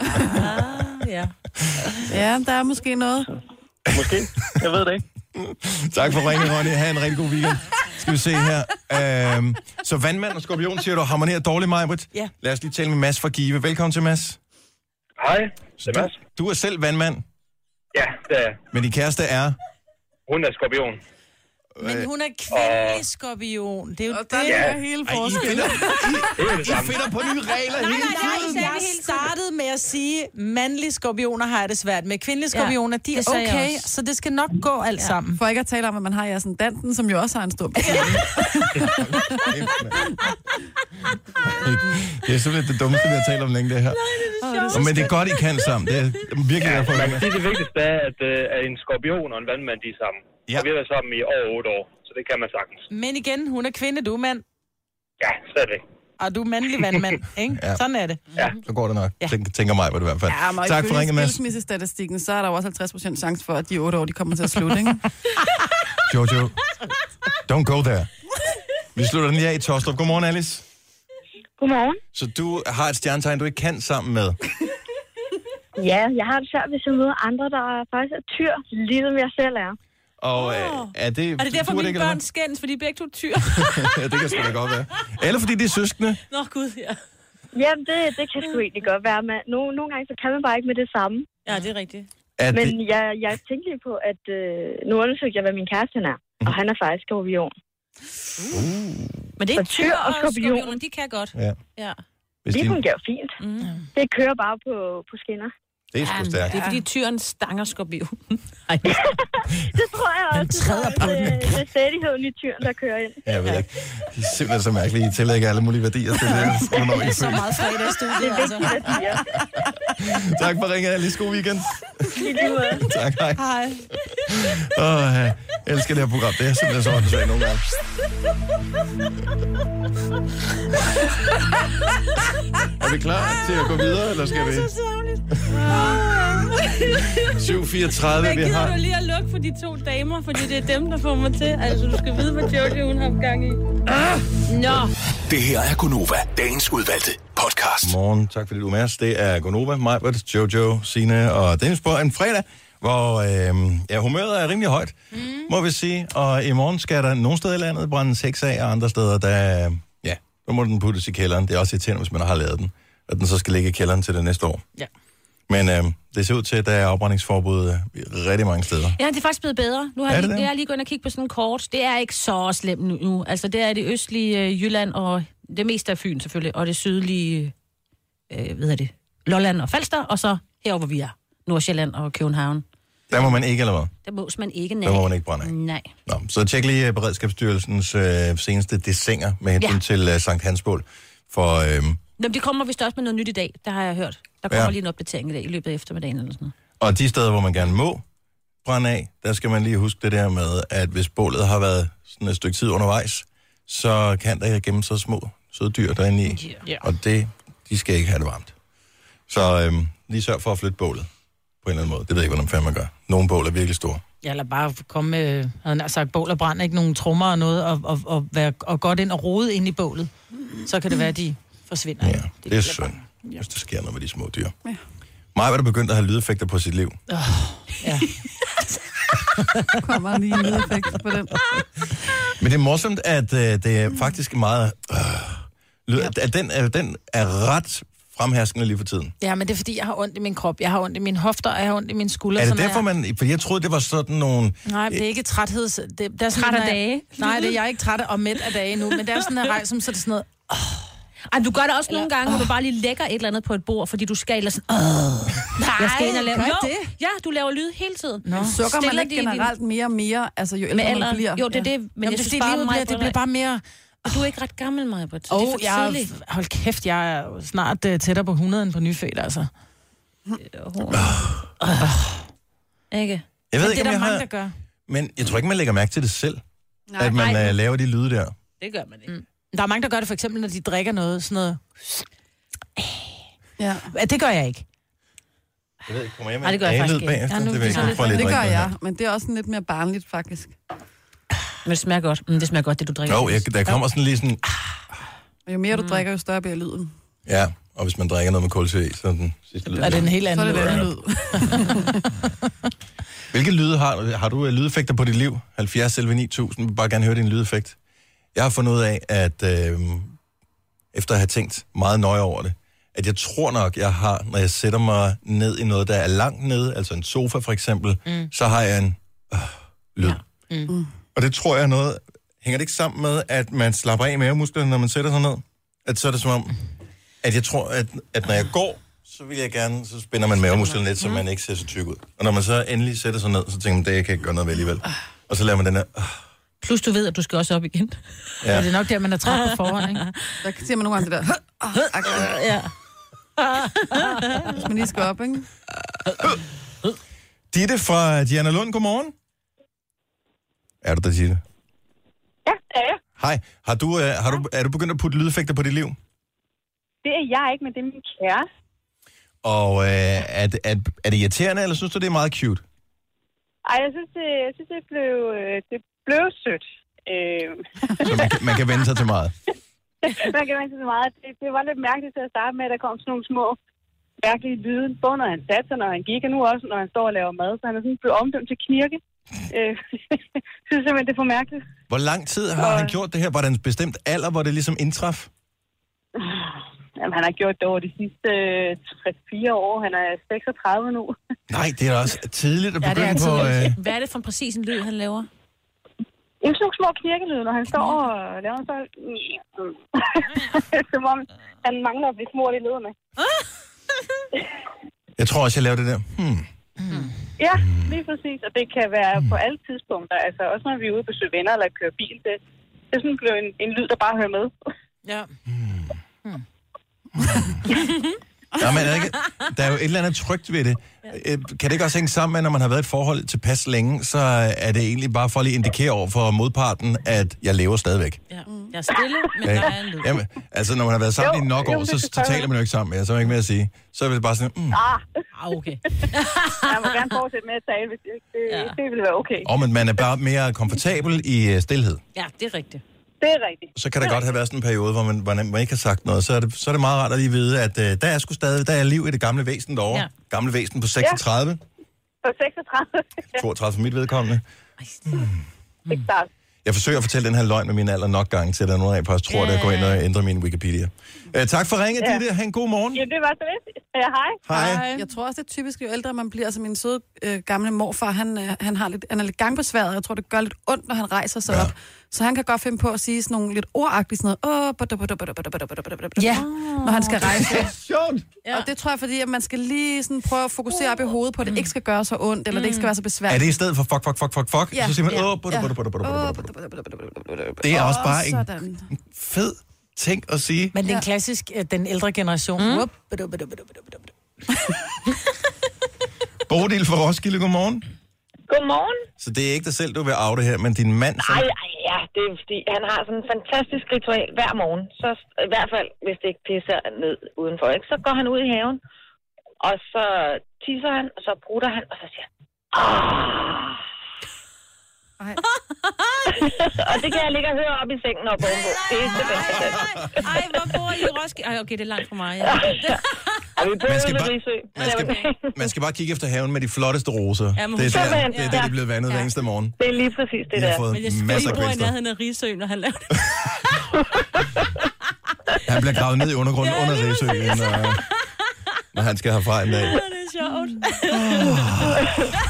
Speaker 5: Ah, ja.
Speaker 2: Ja, der er måske noget.
Speaker 10: Måske. Jeg ved det ikke.
Speaker 1: Tak for ringen, Ronny. Ha' en rigtig god weekend. Skal vi se her. Øhm, så vandmand og skorpion, siger du, harmonerer dårligt, Majbrit?
Speaker 5: Ja.
Speaker 1: Lad os lige tale med Mads fra Give. Velkommen til, Mads.
Speaker 10: Hej,
Speaker 1: Så du, du er selv vandmand,
Speaker 10: Ja, det er jeg.
Speaker 1: men din kæreste er...
Speaker 10: Hun er skorpion.
Speaker 5: Men hun er kvindelig skorpion. Det er jo det.
Speaker 2: Der
Speaker 5: Nej,
Speaker 2: er hele
Speaker 1: Ej, I
Speaker 2: forskellen.
Speaker 1: finder, I, I finder på nye regler hele
Speaker 5: nej,
Speaker 1: tiden.
Speaker 5: jeg startede med at sige, mandlige skorpioner har jeg det svært med. Kvindelige
Speaker 3: Ja,
Speaker 5: skorpioner, de er
Speaker 3: det sagde jeg
Speaker 5: okay,
Speaker 3: også.
Speaker 5: så det skal nok gå alt sammen.
Speaker 2: For ikke at tale om, at man har i ascendanten, som jo også har en stor betydning.
Speaker 1: Det er simpelthen det dummeste, vi har talt om længe, det her. Nå, men det er godt, I kan sammen. Det er virkelig
Speaker 10: Ja,
Speaker 1: derfor,
Speaker 10: man
Speaker 1: jeg
Speaker 10: kan sige, det vigtigste er, at, øh, at en skorpion og en vandmand, de er sammen.
Speaker 1: Ja.
Speaker 10: Ja. Og vi har været sammen i over otte år, så det kan man sagtens.
Speaker 5: Men igen, hun er kvinde, du er mand.
Speaker 10: Ja, stadigvæk.
Speaker 5: Og du er mandlig vandmand, ikke?
Speaker 1: Ja.
Speaker 5: Sådan er det.
Speaker 1: Så går det nok,
Speaker 5: Ja.
Speaker 1: Tænker- tænker mig på det i hvert fald.
Speaker 2: men
Speaker 1: tak for
Speaker 2: ifølge
Speaker 1: ringen, Mads.
Speaker 2: skilsmissestatistikken, så er der jo også 50 chance for, at de otte år, de kommer til at slutte, ikke?
Speaker 1: Jojo, don't go there. Vi slutter den lige af i Tostrup. Godmorgen, Alice.
Speaker 9: Godmorgen.
Speaker 1: Så du har et stjernetegn, du ikke kan sammen med.
Speaker 9: Ja, jeg har det svært, hvis jeg møder andre, der faktisk er tyr, ligesom jeg selv er.
Speaker 1: Og øh, er det...
Speaker 3: Er det derfor,
Speaker 1: du,
Speaker 3: mine børn skændes, fordi begge to tyr?
Speaker 1: ja, det kan sgu da godt være. Eller fordi det er søskende.
Speaker 3: Nå, gud, ja.
Speaker 9: Jamen, det, det kan sgu egentlig godt være, men nogle, nogle gange så kan man bare ikke med det samme.
Speaker 3: Ja, det er rigtigt.
Speaker 1: Er
Speaker 9: Men
Speaker 1: det,
Speaker 9: jeg, jeg tænkte lige på, at øh, nu undersøgte jeg, hvad min kæreste han er. Og han er faktisk skorpion.
Speaker 3: Men det er ikke
Speaker 9: Og
Speaker 3: tyr
Speaker 9: tyr og
Speaker 3: og
Speaker 9: skorpion.
Speaker 3: skorpioner, de kan godt.
Speaker 1: Ja.
Speaker 3: ja.
Speaker 1: hvis
Speaker 9: Det
Speaker 1: din,
Speaker 9: fungerer fint.
Speaker 3: Mm.
Speaker 9: Det kører bare på, på skinner.
Speaker 1: det er sgu stærkt.
Speaker 3: Det er fordi tyren stanger skorpion. Ej,
Speaker 9: Det tror jeg også. Det tror jeg, det, det er stadigheden i tyren, der kører ind.
Speaker 1: Jeg ved ikke. Det er simpelthen så mærkeligt. I tillægger alle mulige værdier til det, hvornår I
Speaker 5: Det er så
Speaker 1: føler.
Speaker 5: meget fredagsstudie, altså.
Speaker 1: Tak for ringen, Alice. God weekend.
Speaker 9: I lige måde.
Speaker 1: Tak, hej.
Speaker 5: Hej.
Speaker 1: Åh, jeg elsker det her program. Det er simpelthen så åndssvagt nogle gange. Er vi klar til at gå videre, eller skal vi? 7.34, vi
Speaker 3: gider
Speaker 1: har...
Speaker 3: du lige at lukke for de to damer, fordi det er dem, der får mig til. Altså, du skal vide, hvad Jojo hun har gang i.
Speaker 1: Ah!
Speaker 3: Nå,
Speaker 7: Det her er Gunova, dagens udvalgte podcast.
Speaker 1: Morgen, tak fordi du er med os. Det er Gonova, Majbert, Jojo, Sine og Dennis på en fredag, hvor øh, ja, humøret er rimelig højt, mm. må vi sige. Og i morgen skal der nogle steder i landet brænde seks af, og andre steder, der, øh, ja, der må den puttes i kælderen. Det er også irriterende, hvis man har lavet den, at den så skal ligge i kælderen til det næste år.
Speaker 5: Ja.
Speaker 1: Men øh, det ser ud til, at der er afbrændingsforbud øh, rigtig mange steder.
Speaker 3: Ja, det er faktisk blevet bedre. Nu har
Speaker 1: Er
Speaker 3: jeg,
Speaker 1: det
Speaker 3: lige,
Speaker 1: det?
Speaker 3: jeg har lige gået ind og kigget på sådan en kort. Det er ikke så slemt nu- nu. Altså, det er det østlige øh, Jylland og det meste af Fyn selvfølgelig, og det sydlige, øh, hvad hedder det, Lolland og Falster, og så herover, hvor vi er, Nordsjælland og København.
Speaker 1: Der må man ikke, eller hvad?
Speaker 3: Der mås man ikke, nej.
Speaker 1: Der må man ikke brænde af.
Speaker 3: Nej.
Speaker 1: Nå, så tjek lige øh, Beredskabsstyrelsens øh, seneste desinger med hensyn ja.
Speaker 3: Ja.
Speaker 1: til øh, Sankt Hansbål. For øh,
Speaker 3: Nå, men det kommer vist også med noget nyt i dag, der har jeg hørt. Der kommer
Speaker 1: Ja.
Speaker 3: ja. lige en opdatering i dag i løbet af eftermiddagen eller sådan noget.
Speaker 1: Og de steder, hvor man gerne må brænde af, der skal man lige huske det der med, at hvis bålet har været sådan et stykke tid undervejs, så kan der gemme sig små søde dyr derinde i.
Speaker 5: Ja.
Speaker 1: Og det, de skal ikke have det varmt. Så øhm, lige sørg for at flytte bålet på en eller anden måde. Det ved jeg ikke, hvordan fanden man gør. Nogle bål er virkelig store.
Speaker 5: Ja, eller bare komme med, havde jeg nær sagt, bål og brand, ikke nogen trommer og noget, og, og, og, være, og godt ind og rode ind i bålet. Så kan det være, at de forsvinder.
Speaker 1: Ja, det er synd, hvis der sker noget med de små dyr. Ja. Maja var der begyndt at have lydeffekter på sit liv.
Speaker 5: Ja.
Speaker 2: Kommer lige en lydeffekt på den.
Speaker 1: Men det er morsomt, at øh, det er faktisk meget øh, Lyder, er, den, er, den er ret fremherskende lige for tiden.
Speaker 5: Ja, men det er fordi, jeg har ondt i min krop, jeg har ondt i mine hofter, og jeg har ondt i mine skuldre.
Speaker 1: Er det
Speaker 5: som
Speaker 1: derfor, man... For jeg troede, det var sådan nogle...
Speaker 5: Nej, det er ikke trætheds... Det, det er sådan,
Speaker 3: Træt af
Speaker 5: når jeg-
Speaker 3: dage?
Speaker 5: Nej, det er jeg er ikke træt af- og mæt af dage nu, men det er sådan, at rejser, så er det sådan noget...
Speaker 3: Ej, du gør det også nogle gange, hvor du bare lige lægger et eller andet på et bord, fordi du skal eller sådan... "Åh, jeg skal ind og lave...
Speaker 2: gør
Speaker 3: Jo,
Speaker 2: det?
Speaker 3: Ja, du laver lyd hele tiden.
Speaker 2: Nå. Sukker man
Speaker 3: Stiller
Speaker 2: ikke
Speaker 3: det i din-
Speaker 2: generelt mere og mere, altså jo ældre
Speaker 3: med
Speaker 2: man bliver?
Speaker 3: alderen. Jo, det er det, men
Speaker 5: Jamen,
Speaker 3: jeg
Speaker 5: det er
Speaker 3: synes
Speaker 5: fordi,
Speaker 3: bare,
Speaker 5: livet
Speaker 3: mig,
Speaker 5: bliver, det bliver bare mere...
Speaker 3: Og du er ikke ret gammel, mig, Britt.
Speaker 5: Åh,
Speaker 3: det er
Speaker 5: oh,
Speaker 3: for
Speaker 5: jeg...
Speaker 3: tidligt.
Speaker 5: er- Hold kæft, jeg er snart uh, tættere på 100 end på nyfødt, altså.
Speaker 3: øh, Ikke?
Speaker 1: Jeg ved ikke,
Speaker 5: Men
Speaker 1: om
Speaker 5: det er der
Speaker 1: jeg
Speaker 5: mange,
Speaker 1: har...
Speaker 5: der gør.
Speaker 1: Men jeg tror ikke, man lægger mærke til det selv,
Speaker 5: Nej,
Speaker 1: at man
Speaker 5: nej.
Speaker 1: øh, laver de lyde der.
Speaker 3: Det gør man ikke. Mm.
Speaker 5: Der er mange, der gør det for eksempel, når de drikker noget, sådan noget...
Speaker 2: Ja.
Speaker 5: Ja, det gør jeg ikke.
Speaker 1: Jeg ved ikke, kommer jeg med
Speaker 2: Nej, det gør jeg
Speaker 1: en
Speaker 2: faktisk
Speaker 1: A-lyd
Speaker 2: ikke.
Speaker 1: bagefter?
Speaker 2: Ja, nu
Speaker 1: det, vil jeg
Speaker 2: bliver
Speaker 1: ikke. Prøv lige at
Speaker 2: det gør
Speaker 1: drikke
Speaker 2: jeg, men det er også sådan lidt mere barnligt, faktisk.
Speaker 3: Men det smager godt. Mm, det smager godt, det du
Speaker 1: den
Speaker 3: drikker.
Speaker 1: her. Jo, jeg, der kommer sådan lige sådan...
Speaker 2: Og jo
Speaker 3: Mm.
Speaker 2: mere du drikker, jo større bliver lyden.
Speaker 1: Ja, og hvis man drikker noget med kulsyre i, så er den sidste lyd.
Speaker 5: Er det en helt anden
Speaker 2: Så er det
Speaker 5: lyd?
Speaker 2: en anden lyd.
Speaker 1: Hvilke lyde har du? Har du øh, lydeffekter på dit liv? 70 selv 9000. Vi vil bare gerne høre din lydeffekt. Jeg har fundet ud af, at øh, efter at have tænkt meget nøje over det, at jeg tror nok, jeg har, når jeg sætter mig ned i noget, der er langt nede, altså en sofa for eksempel, mm. så har jeg en øh, lyd. Ja.
Speaker 11: Mm.
Speaker 1: Og det tror jeg er noget... Hænger det ikke sammen med, at man slapper af mavemusklerne, når man sætter sig ned? At så er det som om, at jeg tror, at, at når jeg går, så vil jeg gerne, så spænder man mavemusklerne lidt, så man ikke ser så tyk ud. Og når man så endelig sætter sig ned, så tænker man, det jeg kan ikke gøre noget ved alligevel. Og så laver man den her... "Ah."
Speaker 3: Plus du ved, at du skal også op igen.
Speaker 1: Ja.
Speaker 5: Ja. Det er nok der, man er træt på forhånd, ikke?
Speaker 2: Der siger man nogle gange det der...
Speaker 3: Ja.
Speaker 2: Hvis man lige skal op, ikke?
Speaker 1: Ditte fra Diana Lund, godmorgen. Er du der, Ditte? Ja, det er jeg. Hej. Har du, øh, har du, er du begyndt at putte lydeffekter på dit liv?
Speaker 9: Det er jeg ikke, men det er min kæreste.
Speaker 1: Og øh, er, det, er, er det irriterende, eller synes du, det er meget cute?
Speaker 9: Ej, jeg synes, det, jeg synes, det blev, øh, det blev sødt. Øh,
Speaker 1: Så man kan, man kan vende sig til meget.
Speaker 9: man kan man sige så meget. Det, det, var lidt mærkeligt til at starte med, at der kom sådan nogle små mærkelige lyde, både når han satte sig, når han gik, og nu også, når han står og laver mad. Så han er sådan blevet omdømt til knirke. Øh, synes simpelthen, det er for mærkeligt.
Speaker 1: Hvor lang tid har han gjort det her? Var der en bestemt alder, hvor det ligesom indtraf?
Speaker 9: Jamen, han har gjort det over de sidste øh, 3-4 år. Han er 36 nu.
Speaker 1: Nej, det er da også tidligt at
Speaker 9: Ja, det er
Speaker 1: begynde på... Øh,
Speaker 3: Hvad er det for en præcis en lyd, han laver?
Speaker 9: En sådan nogle små knirkelyde, når han står og laver så... Som om han mangler at blive smurt i lederne.
Speaker 1: jeg tror også, jeg laver det der. Hmm.
Speaker 9: Ja, lige præcis. Og det kan være på alle tidspunkter. Altså også når vi er ude på besøge venner eller kører bil. Det, det er sådan blevet en, en lyd, der bare hører med.
Speaker 5: Ja.
Speaker 1: Nå, men er der, ikke, der er jo et eller andet trygt ved det. Øh, Kan det ikke også hænge sammen med, når man har været i et forhold tilpas længe, så er det egentlig bare for at lige indikere over for modparten, at jeg lever stadigvæk.
Speaker 3: Ja. Jeg er stille, men
Speaker 1: Ja,
Speaker 3: der
Speaker 1: ikke?
Speaker 3: er en lyd.
Speaker 1: Jamen, altså, når man har været sammen
Speaker 3: Jo,
Speaker 1: i nok
Speaker 3: jo,
Speaker 1: år,
Speaker 3: det
Speaker 1: så, så
Speaker 3: forstår jeg.
Speaker 1: taler man jo ikke sammen. Ja, så er man ikke mere at sige. Så er det bare sådan, mm.
Speaker 9: Ah,
Speaker 3: Ah, okay.
Speaker 9: jeg må gerne fortsætte med at tale, hvis det, det, ja. det ville være okay.
Speaker 1: Og men man er bare mere komfortabel i øh, stilhed.
Speaker 3: Ja, det er rigtigt.
Speaker 9: Det er rigtigt.
Speaker 1: Så kan der godt have været sådan en periode, hvor man, hvor man ikke har sagt noget. Så er, det, så er det meget rart at lige vide, at øh, der er sgu stadig der er liv i det gamle væsen derovre.
Speaker 9: Ja.
Speaker 1: Ja. Gamle væsen på 36,
Speaker 9: På 36.
Speaker 1: 32 for mit vedkommende.
Speaker 9: Det er klart.
Speaker 1: Jeg forsøger at fortælle den her løgn med min alder nok gange, til at der er nogen af jer faktisk tror, at jeg går ind og ændrer min Wikipedia. Øh, tak for ringet, ja. Ditte. Ha' en god morgen.
Speaker 9: Jamen, det var så lidt. Ja, hej.
Speaker 1: Hej.
Speaker 2: Jeg tror også, det er typisk, jo ældre man bliver. Altså min søde øh, gamle morfar, han, øh, han, har lidt, han er lidt gangbesværet, og jeg tror, det gør lidt ondt, når han rejser sig ja. op. Så han kan godt finde på at sige sådan nogle lidt ordagtige sådan noget. Åh, bada, bada, bada, bada, bada, bada, bada, bada,
Speaker 5: Ja.
Speaker 2: Når han skal rejse.
Speaker 1: Sjovt.
Speaker 2: Ja. Og det tror jeg, fordi at man skal lige sådan prøve at fokusere op i hovedet på, at det ikke skal gøre så ondt, eller det ikke skal være så besværligt.
Speaker 1: Er det i stedet for fuck, fuck, fuck, fuck, fuck?
Speaker 2: Ja.
Speaker 1: Så siger man,
Speaker 2: Ja.
Speaker 1: åh, butter,
Speaker 2: Ja.
Speaker 1: butter, butter, butter,
Speaker 2: Åh,
Speaker 1: butter, butter. Det er også
Speaker 2: Åh,
Speaker 1: bare en
Speaker 2: sådan.
Speaker 1: fed ting at sige.
Speaker 5: Men den klassisk, øh, den ældre generation. Mm. Whoop, budu, budu, budu, budu, budu.
Speaker 1: Bodil fra Roskilde, godmorgen.
Speaker 12: Godmorgen.
Speaker 1: Så det er ikke dig selv, du vil af det her, men din mand, som
Speaker 12: Nej, ej, ja, det er fordi, han har sådan en fantastisk ritual hver morgen. Så i hvert fald, hvis det ikke pisser ned udenfor, ikke? så går han ud i haven, og så tisser han, og så brutter han, og så siger han,
Speaker 2: "Ah."
Speaker 12: og det kan jeg ligge og høre op i sengen og vågne på. Det er det bedste.
Speaker 3: Ej, hvor bor I i Roskilde? Ej, okay, det er langt fra mig. Ja.
Speaker 1: Man skal bare- man skal- man skal bare kigge efter haven med de flotteste roser.
Speaker 3: Ja, men
Speaker 1: det er
Speaker 3: hun-
Speaker 1: der,
Speaker 3: Sådan,
Speaker 1: det, er
Speaker 3: ja.
Speaker 1: der, de er blevet vandet hver
Speaker 3: Ja.
Speaker 1: eneste morgen.
Speaker 12: Det er lige præcis det
Speaker 1: Jeg har
Speaker 12: der.
Speaker 1: fået
Speaker 3: Men jeg skal
Speaker 1: masser
Speaker 3: ikke
Speaker 1: af
Speaker 3: bo i
Speaker 1: kvæster.
Speaker 3: nærheden af Rigsø, når han laver det.
Speaker 1: Han bliver gravet ned i undergrunden ja, under Læsø, når, når han skal herfra en dag.
Speaker 3: Det er sjovt.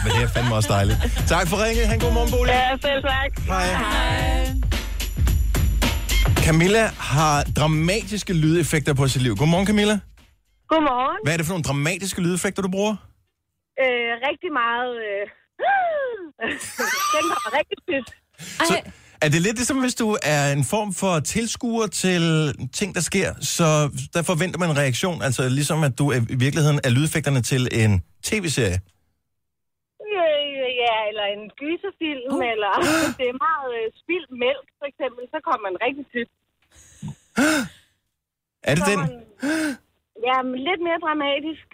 Speaker 1: Men det er fandme også dejligt. Tak for ringet. Han god morgen, Bolig.
Speaker 13: Ja, selv tak.
Speaker 1: Hej. Camilla har dramatiske lydeffekter på sit liv. Godmorgen, Camilla.
Speaker 14: Godmorgen.
Speaker 1: Hvad er det for nogle dramatiske lydeffekter, du bruger?
Speaker 14: Øh, rigtig meget... Øh... Den var rigtig fedt.
Speaker 1: Så, er det lidt ligesom, hvis du er en form for tilskuer til ting, der sker, så der forventer man en reaktion, altså ligesom at du er, i virkeligheden er lydeffekterne til en tv-serie?
Speaker 14: Øh, ja, eller en gyserfilm, uh. eller hvis det er meget øh, spildt mælk, for eksempel, så kommer man rigtig tit.
Speaker 1: Er det
Speaker 14: Så
Speaker 1: den?
Speaker 14: man- Ja, men lidt mere dramatisk.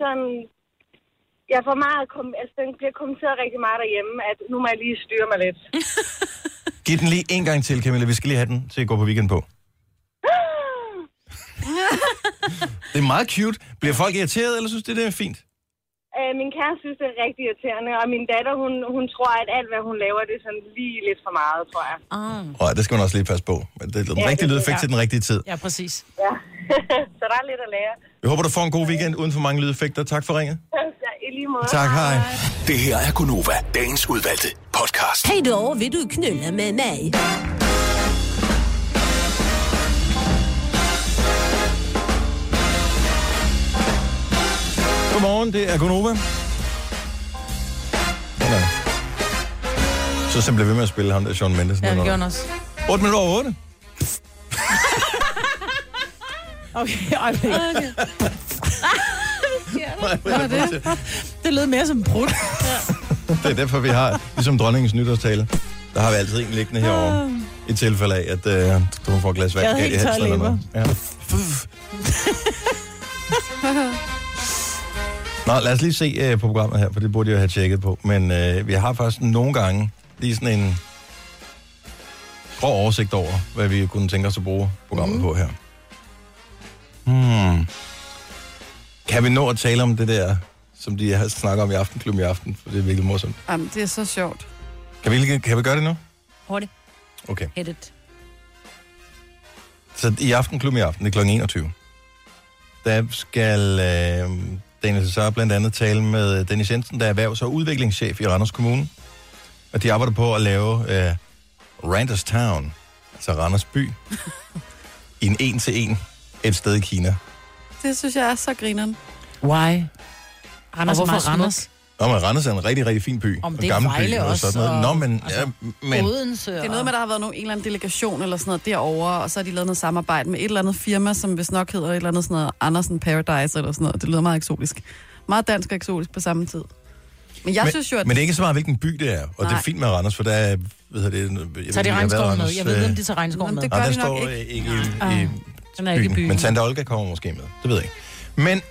Speaker 14: Sådan, jeg får meget, kom- altså den bliver kommenteret rigtig meget derhjemme, at nu må jeg lige styre mig lidt.
Speaker 1: Giv den lige en gang til, Camilla. Vi skal lige have den til at gå på weekend på. Det er meget cute. Bliver folk irriteret, eller synes det, det er fint?
Speaker 14: Øh, min kæreste synes, det er rigtig irriterende, og min datter, hun, hun tror, at alt, hvad hun laver, det er sådan lige lidt for meget, tror jeg.
Speaker 3: Ah.
Speaker 1: Og det skal man også lige passe på. Men det er den
Speaker 14: Ja,
Speaker 1: ja, rigtige
Speaker 14: det-
Speaker 1: lydeffekt
Speaker 14: ja.
Speaker 1: til den rigtige tid.
Speaker 5: Ja, præcis.
Speaker 14: Ja. så der er lidt at lære.
Speaker 1: Jeg håber, du får en god weekend uden for mange lydeffekter. Tak for ringet.
Speaker 14: Ja, I lige måde.
Speaker 1: Tak, hej.
Speaker 7: Det her er Gunova, dagens udvalgte podcast.
Speaker 4: Hej då, vill du knulla med mig?
Speaker 1: Godmorgen, det er Gunova. Sådan. Så simpelthen blev ved med at spille ham der, Sean Mendes.
Speaker 5: Ja, det
Speaker 1: Noget.
Speaker 5: gjorde den også.
Speaker 1: 8 minutter over 8.
Speaker 5: Okay, øjeblik. Okay. det? det lød mere som en brud.
Speaker 1: Det er derfor, vi har, ligesom dronningens nytårstale, der har vi altid en liggende herovre. I tilfælde af, at øh, du får et glas vand
Speaker 5: Ah. Jeg havde
Speaker 1: galt i
Speaker 5: helt
Speaker 1: halsen
Speaker 5: tørre
Speaker 1: eller noget. Ja. Nå, lad os lige se øh, på programmet her, for det burde jeg have tjekket på. Men øh, vi har faktisk nogle gange lige sådan en grov oversigt over, hvad vi kunne tænke os at bruge programmet
Speaker 5: Mhm.
Speaker 1: mm. på her. Hmm. Kan vi nå at tale om det der, som de har snakket om i Aftenklubben i aften? For det er virkelig morsomt.
Speaker 2: Jamen, det er så sjovt.
Speaker 1: Kan vi, kan vi gøre det nu?
Speaker 3: Hurtigt.
Speaker 1: Okay.
Speaker 3: Hættet.
Speaker 1: Så i Aftenklubben i aften, det er kl. 21. Der skal øh, Daniel Cesar blandt andet tale med Dennis Jensen, der er erhvervs- og udviklingschef i Randers Kommune. Og de arbejder på at lave øh, Randers Town, altså Randers by, i en en-til-en et sted i Kina.
Speaker 2: Det synes jeg er så grineren.
Speaker 5: Why?
Speaker 2: Randers
Speaker 5: og
Speaker 2: er meget
Speaker 5: hvorfor
Speaker 2: smuk.
Speaker 5: Randers?
Speaker 1: Nå, men Randers er en rigtig, rigtig fin by.
Speaker 5: Om
Speaker 1: en
Speaker 5: det er
Speaker 1: gammel
Speaker 5: Vejle
Speaker 1: og
Speaker 5: også, altså,
Speaker 1: sådan noget.
Speaker 5: og-
Speaker 1: Nå, men... Ja, men
Speaker 5: Odense
Speaker 2: Det er noget med, der har været nogen, en eller anden delegation eller sådan noget derovre, og så har de lavet noget samarbejde med et eller andet firma, som vist nok hedder et eller andet sådan noget Andersen Paradise eller sådan noget. Det lyder meget eksotisk. Meget dansk og eksotisk på samme tid. Men jeg
Speaker 1: men,
Speaker 2: synes jo, at...
Speaker 1: Men det er ikke så meget, hvilken by det er. Og Nej. det er
Speaker 2: Nej.
Speaker 1: fint med Randers, for der er... Hvad hedder det, jeg ved,
Speaker 5: Tager
Speaker 1: ikke,
Speaker 5: de
Speaker 1: om har været
Speaker 5: regnskoven med?
Speaker 1: Randers,
Speaker 5: Jeg ved ikke, om de
Speaker 1: øh,
Speaker 5: tager regnskoven med.
Speaker 1: Nej, der står øh, ikke i, i
Speaker 5: Ah. Den er ikke i
Speaker 1: byen.
Speaker 5: byen.
Speaker 1: Men Santa Olga kommer måske med. Det ved jeg ikke. Men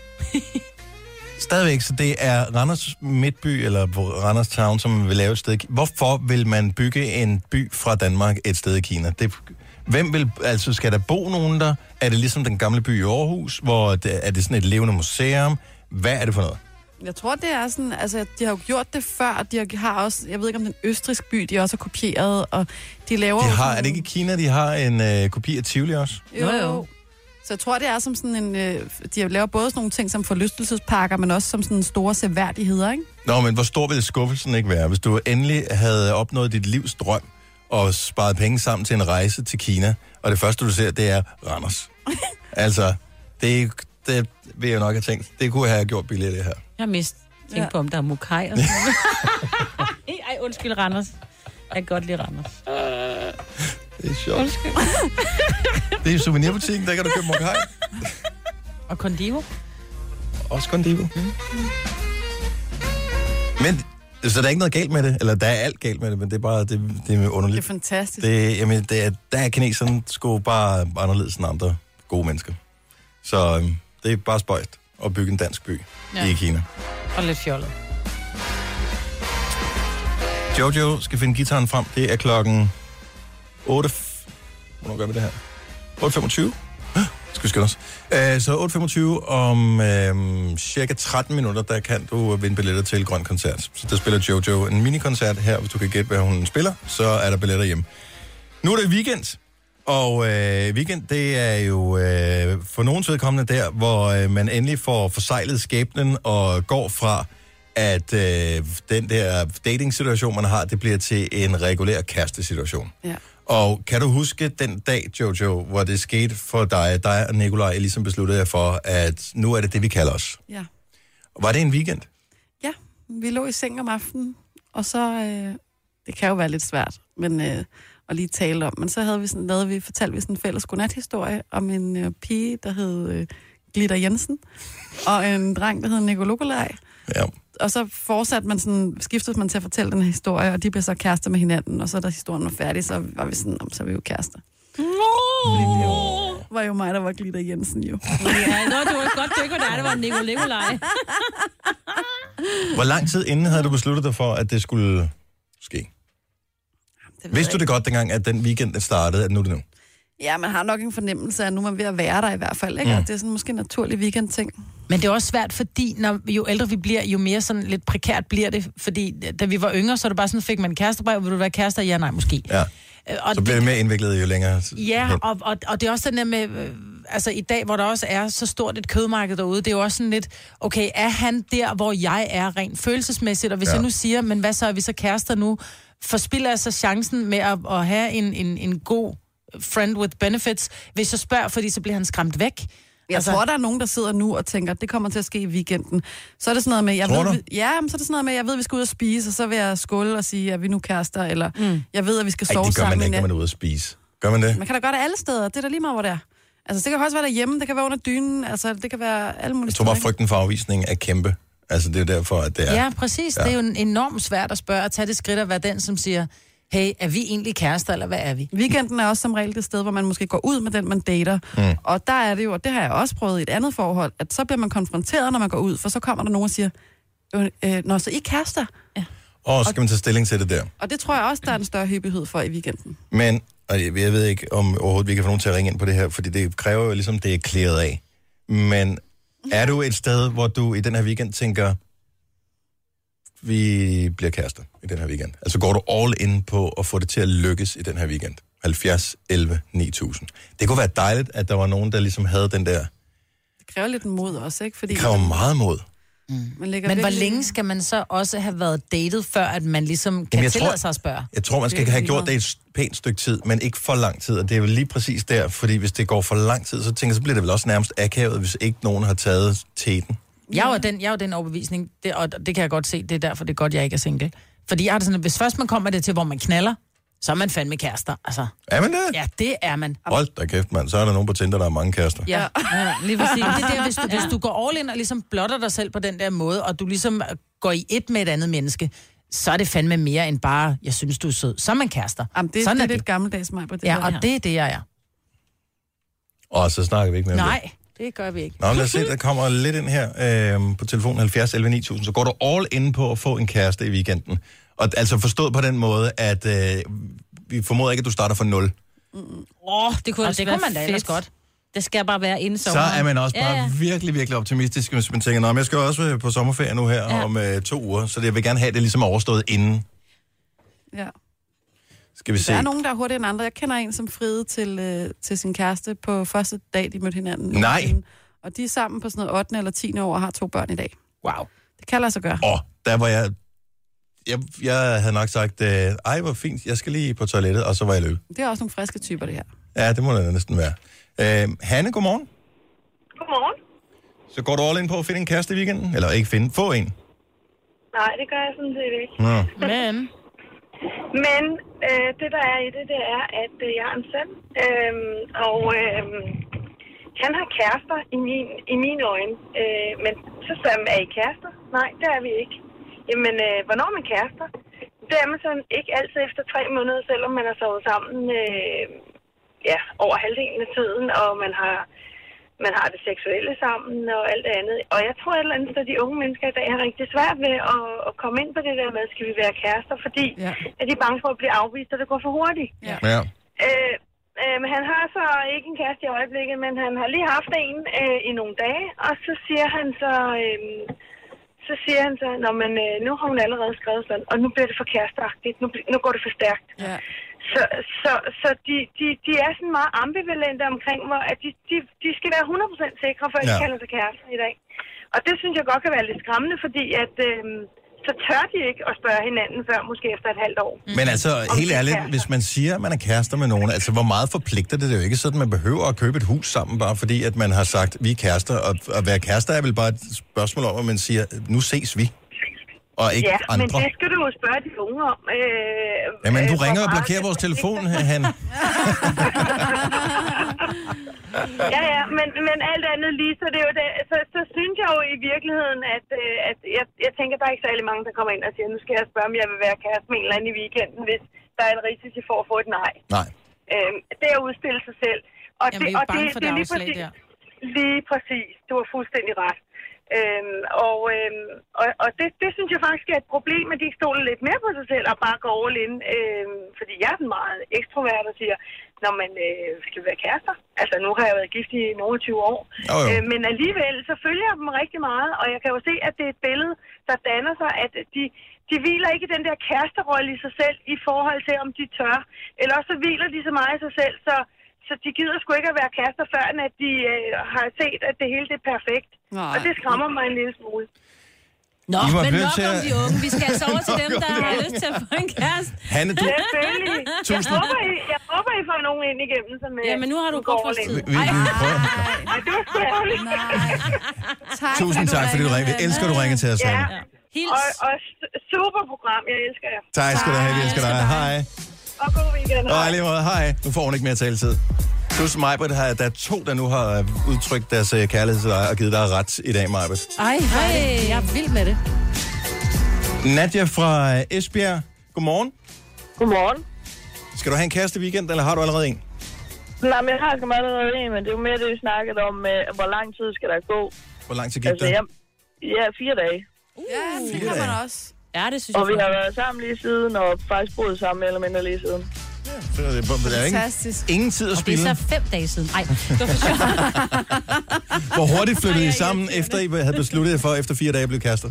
Speaker 1: stadigvæk, så det er Randers Midtby, eller hvor- Randers Town, som vil lave et sted i Ki- Hvorfor vil man bygge en by fra Danmark et sted i Kina? Det, hvem vil, altså skal der bo nogen der? Er det ligesom den gamle by i Aarhus, hvor det, er det sådan et levende museum? Hvad er det for noget?
Speaker 2: Jeg tror, det er sådan, altså, de har jo gjort det før, og de har- har også, jeg ved ikke om den østriske by, de også har kopieret, og de laver
Speaker 1: De
Speaker 2: jo
Speaker 1: har,
Speaker 2: sådan-
Speaker 1: er det ikke i Kina, de har en øh, kopi af Tivoli også?
Speaker 2: Jo, jo. Så jeg tror, det er som sådan en... Øh, de laver både sådan nogle ting som forlystelsesparker, men også som sådan store seværdigheder, ikke?
Speaker 1: Nå, men hvor stor ville skuffelsen ikke være, hvis du endelig havde opnået dit livs drøm og sparet penge sammen til en rejse til Kina, og det første, du ser, det er Randers. altså, det, det vil jeg nok have tænkt, det kunne jeg have gjort billigere, det her.
Speaker 3: Jeg har mist tænkt
Speaker 5: Ja.
Speaker 3: ja. på, om der er mokai og sådan noget. Ej, undskyld, Randers. Jeg kan godt lide Randers.
Speaker 1: Det er sjovt. Det er i souvenirbutikken, der kan du købe mokai.
Speaker 5: Og Condivo?
Speaker 1: Også Condivo. Men, så der er ikke noget galt med det, eller der er alt galt med det, men det er bare, det, det er
Speaker 2: Det er
Speaker 1: underligt.
Speaker 2: fantastisk.
Speaker 1: Det, jamen, det er, der er kineserne sgu bare anderledes end andre gode mennesker. Så øhm, det er bare spøjst at bygge en dansk by ja.
Speaker 5: Ja.
Speaker 1: i Kina.
Speaker 5: Og lidt fjollet.
Speaker 1: Jojo skal finde gitaren frem. Det er klokken 8... Hvornår gør vi det her? 8.25? Hå, Skal vi skynde os? Øh, Så 8.25 om øh, cirka 13 minutter, der kan du vinde billetter til Grøn Koncert. Så der spiller Jojo en minikoncert her. Hvis du kan gætte, hvad hun spiller, så er der billetter hjemme. Nu er det weekend, Og øh, weekend, det er jo øh, for nogens vedkommende der, hvor øh, man endelig får forsejlet skæbnen og går fra, at øh, den der dating-situation, man har, det bliver til en regulær kærestesituation.
Speaker 2: Ja.
Speaker 1: Og kan du huske den dag, Jojo, hvor det skete for dig, at dig og Nikolaj ligesom besluttede jer for, at nu er det det, vi kalder os?
Speaker 2: Ja.
Speaker 1: Var det en weekend?
Speaker 2: Ja, vi lå i seng om aftenen, og så, øh, det kan jo være lidt svært, men øh, at lige tale om, men så havde vi sådan, lavede vi, fortalte vi sådan en fælles godnathistorie om en øh, pige, der hed øh, Glitter Jensen, og en dreng, der hed Nikolokolaj.
Speaker 1: Ja.
Speaker 2: Og så fortsatte man sådan, skiftede man til at fortælle den her historie, og de blev så kærester med hinanden, og så da historien var færdig, så var vi sådan, "Nå, så er vi jo kærester. Det var jo mig, der var Glitter Jensen jo.
Speaker 3: Ja, nå, det var et godt dykker dig, det var Nico Nikolaj.
Speaker 1: Hvor lang tid inden havde du besluttet dig for, at det skulle ske? Vidste du det godt dengang, at den weekend den startede, at nu er det nu?
Speaker 2: Ja, man har nok en fornemmelse af, at nu er man ved at være der i hvert fald, ikke?
Speaker 1: Mm.
Speaker 2: Mm. Og det er sådan måske en naturlig weekendting.
Speaker 5: Men det er også svært, fordi når, jo ældre vi bliver, jo mere sådan lidt prekært bliver det. Fordi da vi var yngre, så var det bare sådan, fik man en kærestebrev, vil du være kærester? Ja, nej, måske.
Speaker 1: Ja.
Speaker 5: Øh,
Speaker 1: Så bliver det mere indviklet jo længere.
Speaker 5: Ja, og, og, og det er også den der med, øh, altså i dag, hvor der også er så stort et kødmarked derude, det er jo også sådan lidt, okay, er han der, hvor jeg er rent følelsesmæssigt? Og hvis
Speaker 1: Ja.
Speaker 5: ja. jeg nu siger, men hvad så, er vi så kærester nu? Forspiller jeg så chancen med at, at have en, en, en god friend with benefits, hvis jeg spørger, fordi så bliver han skræmt væk?
Speaker 2: Jeg altså, tror, der er nogen, der sidder nu og tænker, det kommer til at ske i weekenden. Så er det sådan noget med, jeg
Speaker 5: Tror
Speaker 2: ved,
Speaker 5: du?
Speaker 2: vi- ja, men så er det sådan noget med, jeg ved, vi skal ud og spise, og så vil jeg skåle og sige, at vi nu er kærester, eller mm. jeg ved, at vi skal
Speaker 1: Ej,
Speaker 2: sove
Speaker 1: det gør
Speaker 2: sammen
Speaker 1: man
Speaker 2: i
Speaker 1: ikke, når
Speaker 2: nat.
Speaker 1: man er ude at spise. Gør man det?
Speaker 2: Man kan da gøre det alle steder, det er da lige meget, hvor det er. Altså, det kan også være derhjemme, det kan være under dynen, altså, det kan være alle mulige
Speaker 1: Jeg tror bare,
Speaker 2: steder,
Speaker 1: frygten for afvisning er kæmpe. Altså, det er derfor, at det er...
Speaker 5: Ja, præcis. Ja. Det er jo en- enormt svært at spørge og tage det skridt at være den, som siger, hey, er vi egentlig kærester, eller hvad er vi?
Speaker 2: ikke? Weekenden er også som regel det sted, hvor man måske går ud med den, man dater.
Speaker 5: Mm.
Speaker 2: Og der er det jo, og det har jeg også prøvet i et andet forhold, at så bliver man konfronteret, når man går ud, for så kommer der nogen og siger, "Øh, øh, Nå, så I er kærester?
Speaker 1: Og så skal man tage stilling til det der.
Speaker 2: Og det tror jeg også, der er en større hyppighed for i weekenden.
Speaker 1: Men, og jeg jeg ved ikke, om overhovedet vi kan få nogen til at ringe ind på det her, fordi det kræver jo ligesom, det er klæret af. Men er du et sted, hvor du i den her weekend tænker, vi bliver kærester i den her weekend? Altså går du all in på at få det til at lykkes i den her weekend? 70, 11, 9000. Det kunne være dejligt, at der var nogen, der ligesom havde den der...
Speaker 2: Det kræver lidt mod også, ikke? Fordi
Speaker 1: Det kræver meget mod.
Speaker 2: man lægger
Speaker 5: Men hvor
Speaker 2: virkelig-
Speaker 5: længe skal man så også have været datet, før at man ligesom kan
Speaker 1: Jamen, jeg
Speaker 5: tillade
Speaker 1: tror-
Speaker 5: sig at spørge?
Speaker 1: Jeg tror, man skal have gjort det et pænt stykke tid, men ikke for lang tid. Og det er vel lige præcis der, fordi hvis det går for lang tid, så tænker jeg, så bliver det vel også nærmest akavet, hvis ikke nogen har taget teten.
Speaker 5: Jeg er jo den, jeg er jo den overbevisning, det, og det kan jeg godt se, det er derfor, det er godt, jeg ikke er single. Fordi jeg har det sådan, at hvis først man kommer det til, hvor man knaller, så er man fandme kærester, altså.
Speaker 1: Er man det?
Speaker 5: Ja, det er man.
Speaker 1: Hold da kæft, mand. Så er der nogen på Tinder, der er mange kærester.
Speaker 5: Ja, ja lige præcis. Det er der, hvis du, hvis du går all in og ligesom blotter dig selv på den der måde, og du ligesom går i et med et andet menneske, så er det fandme mere end bare, jeg synes, du er sød. Så er man kærester.
Speaker 2: Jamen, det,
Speaker 5: Sådan
Speaker 2: Sådan det er
Speaker 5: er det.
Speaker 2: lidt gammeldags mig på det
Speaker 5: Ja, og det er det, jeg er.
Speaker 1: Og så snakker vi ikke mere om
Speaker 5: Nej, det gør vi ikke.
Speaker 1: det. Nå, men lad os se, der kommer lidt ind her øh, på telefonen 70 11 9000. Så går du all in på at få en kæreste i weekenden. Og altså forstået på den måde, at øh, vi formoder ikke, at du starter fra nul.
Speaker 3: Åh, oh, det kunne,
Speaker 5: Og
Speaker 3: altså
Speaker 5: det
Speaker 3: være
Speaker 5: kunne man da ellers
Speaker 3: fedt.
Speaker 5: godt.
Speaker 3: Det skal bare være inden
Speaker 1: Så
Speaker 3: sommer.
Speaker 1: er man også bare
Speaker 3: Ja, ja.
Speaker 1: virkelig, virkelig optimistisk, hvis man tænker, "Nå, men jeg skal jo også øh, på sommerferie nu her ja. om øh, to uger, så jeg vil gerne have det ligesom er overstået inden.
Speaker 2: Ja.
Speaker 1: Skal vi se.
Speaker 2: Der er nogen, der er hurtigere end andre. Jeg kender en, som friede til, øh, til sin kæreste på første dag, de mødte hinanden.
Speaker 1: Nej.
Speaker 2: Og de er sammen på sådan noget 8. eller 10. år og har to børn i dag.
Speaker 5: Wow.
Speaker 2: Det kan lade sig gøre.
Speaker 1: Åh, der var jeg... Jeg, jeg havde nok sagt, øh, ej, hvor fint, jeg skal lige på toilettet, og så var jeg løbet.
Speaker 2: Det er også nogle friske typer, det her.
Speaker 1: Ja, det må det næsten være. Øh, Hanne, godmorgen.
Speaker 9: Godmorgen.
Speaker 1: Så går du all in på at finde en kæreste i weekenden? Eller ikke finde, få en.
Speaker 9: Nej, det gør jeg sådan set ikke.
Speaker 1: Nå.
Speaker 5: Men?
Speaker 9: Men øh, det, der er i det, det er, at øh, jeg har en søn, øh, og øh, han har kærester i, min, i mine øjne. Øh, men så sagde han, er I kærester? Nej, det er vi ikke. Jamen, øh, hvornår er man kærester? Det er man sådan ikke altid efter tre måneder, selvom man har sovet sammen øh, ja, over halvdelen af tiden, og man har, man har det seksuelle sammen og alt det andet. Og jeg tror et eller andet sted, at de unge mennesker i dag har rigtig svært ved at, at komme ind på det der med, skal vi være kærester, fordi ja. at de er bange for at blive afvist, og det går for hurtigt.
Speaker 2: Ja.
Speaker 1: Ja.
Speaker 9: Øh, øh, men han har så ikke en kæreste i øjeblikket, men han har lige haft en øh, i nogle dage, og så siger han så... Øh, så siger han så, når man, øh, nu har hun allerede skrevet sådan, og nu bliver det for kæresteagtigt, nu, bl- nu går det for stærkt.
Speaker 2: Ja.
Speaker 9: Så, så, så de, de, de er sådan meget ambivalente omkring, hvor at de, de, de skal være 100% sikre, for at de
Speaker 15: Ja.
Speaker 9: kalder sig kærester i dag. Og det synes jeg godt kan være lidt skræmmende, fordi at, øh, så tør de ikke at spørge hinanden før, måske efter et halvt år.
Speaker 1: Men altså,
Speaker 9: Om
Speaker 1: helt
Speaker 9: de er
Speaker 1: ærligt,
Speaker 9: kærester.
Speaker 1: hvis man siger, at man er kærester med nogen, altså hvor meget forpligter det? Det er jo ikke sådan, man behøver at købe et hus sammen, bare fordi at man har sagt, vi er kærester. Og at være kærester er vel bare et spørgsmål om, at man siger, nu ses vi. Og ikke
Speaker 9: ja,
Speaker 1: andre.
Speaker 9: men det skal du jo spørge de unge om. Øh,
Speaker 1: Jamen, du
Speaker 9: øh, hvor
Speaker 1: ringer og
Speaker 9: meget-
Speaker 1: blokerer vores telefon, han.
Speaker 9: ja, ja, men, men alt andet lige, så, det er jo det, så, så synes jeg jo i virkeligheden, at, øh, at jeg, jeg tænker, der er ikke særlig mange, der kommer ind og siger, nu skal jeg spørge, om jeg vil være kæreste med en eller anden i weekenden, hvis der er en risiko for at få et nej.
Speaker 1: Nej.
Speaker 9: Øhm, det er at udstille sig selv. Og
Speaker 5: Jamen, vi er jo bange for det afslag
Speaker 9: præcis,
Speaker 5: der.
Speaker 9: Lige præcis. Du har fuldstændig ret. Øhm, og øhm, og, og det, det synes jeg faktisk er et problem, at de ikke stoler lidt mere på sig selv og bare går all in. Øhm, fordi jeg er sådan meget ekstrovert og siger, når man øh, skal vi være kærester. Altså nu har jeg været gift i nogle 20 år.
Speaker 15: Jo, jo.
Speaker 9: Øh, men alligevel, så følger jeg dem rigtig meget, og jeg kan jo se, at det er et billede, der danner sig, at de, de hviler ikke i den der kæresterolle i sig selv i forhold til, om de tør. Eller også så hviler de så meget i sig selv, så, så de gider sgu ikke at være kærester, før end at de øh, har set, at det hele det er perfekt.
Speaker 2: Nej.
Speaker 9: Og det skræmmer mig en lille smule.
Speaker 3: Nå,
Speaker 1: I var
Speaker 3: men
Speaker 1: nødt
Speaker 3: nok
Speaker 1: til
Speaker 3: om
Speaker 1: at-
Speaker 3: de unge. Vi skal altså over til dem, der har lyst til at få en kæreste.
Speaker 1: Hanne, du-
Speaker 9: Selvfølgelig. Jeg
Speaker 1: Tusind-
Speaker 9: håber, I, jeg håber, I får nogen ind igennem, som øh,
Speaker 3: Ja, men Altså- nu har du
Speaker 9: som
Speaker 3: godt
Speaker 9: går
Speaker 3: vores
Speaker 9: lidt.
Speaker 3: tid.
Speaker 1: Vi, vi, prøver.
Speaker 9: Ej, det var sørgeligt.
Speaker 2: Tak,
Speaker 1: Tusind tak, fordi du ringede. Vi elsker, at du ringer til os, Hanne.
Speaker 9: Hils. Og, og s- super program, jeg elsker jer.
Speaker 1: Tak skal du have, vi elsker dig. Hej.
Speaker 9: Og god weekend.
Speaker 1: Og i lige måde, hej. Nu får hun ikke mere taletid. Plus Majbert, har- der er to, der nu har udtrykt deres øh, kærlighed til dig og givet dig ret i dag, Majbert.
Speaker 2: Ej, hej. Jeg er vild med det.
Speaker 1: Nadia fra øh, Esbjerg, godmorgen.
Speaker 16: Godmorgen.
Speaker 1: Skal du have en kæreste i weekend, eller har du allerede en?
Speaker 16: Nej, men jeg har sgu meget allerede en, men det er jo mere det, vi snakkede om, øh, hvor lang tid skal der gå.
Speaker 1: Hvor lang tid gik der?
Speaker 16: Altså, jeg, ja, fire dage.
Speaker 2: Ja, det kan man også.
Speaker 3: Ja, det synes
Speaker 16: Og
Speaker 3: jeg.
Speaker 16: vi har været sammen lige siden, og faktisk boet sammen mere eller mindre lige siden.
Speaker 1: Så er det- Der er ingen,
Speaker 3: Fantastisk.
Speaker 1: ingen tid at
Speaker 3: Og det
Speaker 1: spille.
Speaker 3: er så fem dage siden. Nej, det var for sjovt.
Speaker 1: Hvor hurtigt flyttede I sammen, efter I havde besluttet jer for, efter fire dage blev kærester?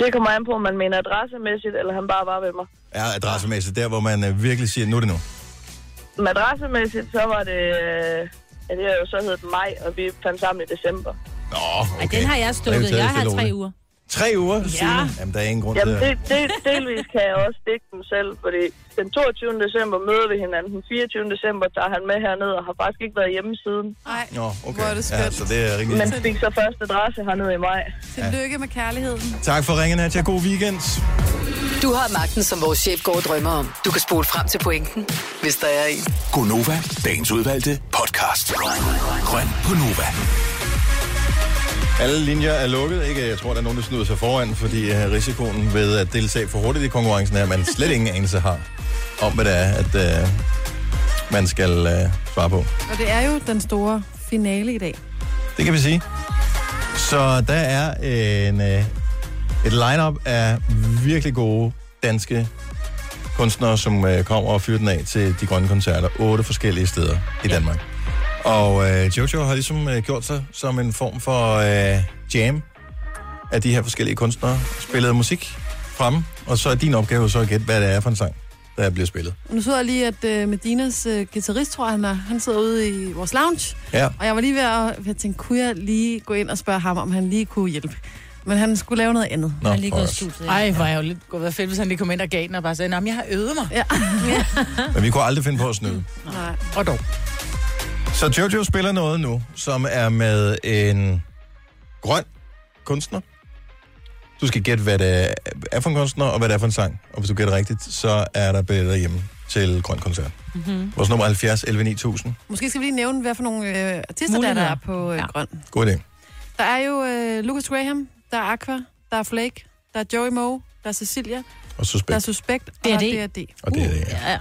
Speaker 16: Det kommer an på, om man mener adressemæssigt, eller han bare var ved mig.
Speaker 1: Ja, adressemæssigt, der hvor man øh, virkelig siger, nu er det nu.
Speaker 16: Men adressemæssigt, så var det... Øh, ja, det har jo så heddet maj, og vi fandt sammen i december.
Speaker 1: Nå, okay.
Speaker 3: Ej, den har jeg stukket. Jeg har tre uger.
Speaker 1: Tre uger, ja. Jamen, der er ingen grund
Speaker 16: Jamen,
Speaker 1: til at...
Speaker 16: del, del, delvis kan jeg også dække dem selv, fordi den 22. december møder vi hinanden. Den 24. december tager han med herned og har faktisk ikke været hjemme siden.
Speaker 2: Nej.
Speaker 1: Nå, okay. ja, så det er
Speaker 16: Men
Speaker 1: rimelig...
Speaker 16: fik så første adresse hernede i maj.
Speaker 2: Tillykke med kærligheden.
Speaker 1: Tak for ringen, Nadia. God weekend.
Speaker 6: Du har magten, som vores chef går og drømmer om. Du kan spole frem til pointen, hvis der er en.
Speaker 7: Gonova, dagens udvalgte podcast. Grøn på Nova.
Speaker 1: Alle linjer er lukket. Ikke, jeg tror, der er nogen, der snyder sig foran, fordi øh, risikoen ved at deltage for hurtigt i konkurrencen er, at man slet ingen anelse har om, hvad det er, at øh, man skal øh, svare på.
Speaker 2: Og det er jo den store finale i dag.
Speaker 1: Det kan vi sige. Så der er en, øh, et lineup af virkelig gode danske kunstnere, som øh, kommer og fyrer den af til de grønne koncerter. Otte forskellige steder i Danmark. Og øh, Jojo har ligesom øh, gjort sig som en form for øh, jam af de her forskellige kunstnere. Spillet musik frem, og så er din opgave jo så at gætte, hvad det er for en sang, der bliver spillet.
Speaker 2: Og Nu så jeg lige, at øh, Medinas øh, guitarist, tror jeg, han, er, han sidder ude i vores lounge.
Speaker 1: Ja.
Speaker 2: Og jeg var lige ved at, jeg tænkte, kunne jeg lige gå ind og spørge ham, om han lige kunne hjælpe? Men han skulle lave noget andet.
Speaker 1: Nå, Han er lige for gået i pokkers. studiet, ja.
Speaker 5: Ej, hvor er jeg jo lidt gået af fedt, hvis han lige kom ind og gav den og bare sagde, nej, jeg har øvet mig.
Speaker 2: Ja.
Speaker 1: Men vi kunne aldrig finde på at snyde.
Speaker 2: Nej.
Speaker 5: Og dog.
Speaker 1: Så Jojo spiller noget nu, som er med en grøn kunstner. Du skal gætte, hvad det er for en kunstner, og hvad det er for en sang. Og hvis du gætter rigtigt, så er der billeder hjemme til Grøn Koncert.
Speaker 3: Mhm.
Speaker 2: Mm-hmm.
Speaker 1: Vores nummer er 70 11 9000.
Speaker 2: Måske skal vi lige nævne, hvad for nogle øh, artister, der, er, der
Speaker 1: Muligheder.
Speaker 2: er på øh, ja. grøn.
Speaker 1: God idé.
Speaker 2: Der er jo øh, Lucas Graham, der er Aqua, der er Flake, der er Joey Moe, der er Cecilia,
Speaker 1: Og Suspekt.
Speaker 2: der er Suspekt, og der er D&D.
Speaker 1: Og det er det, ja.
Speaker 2: Ja.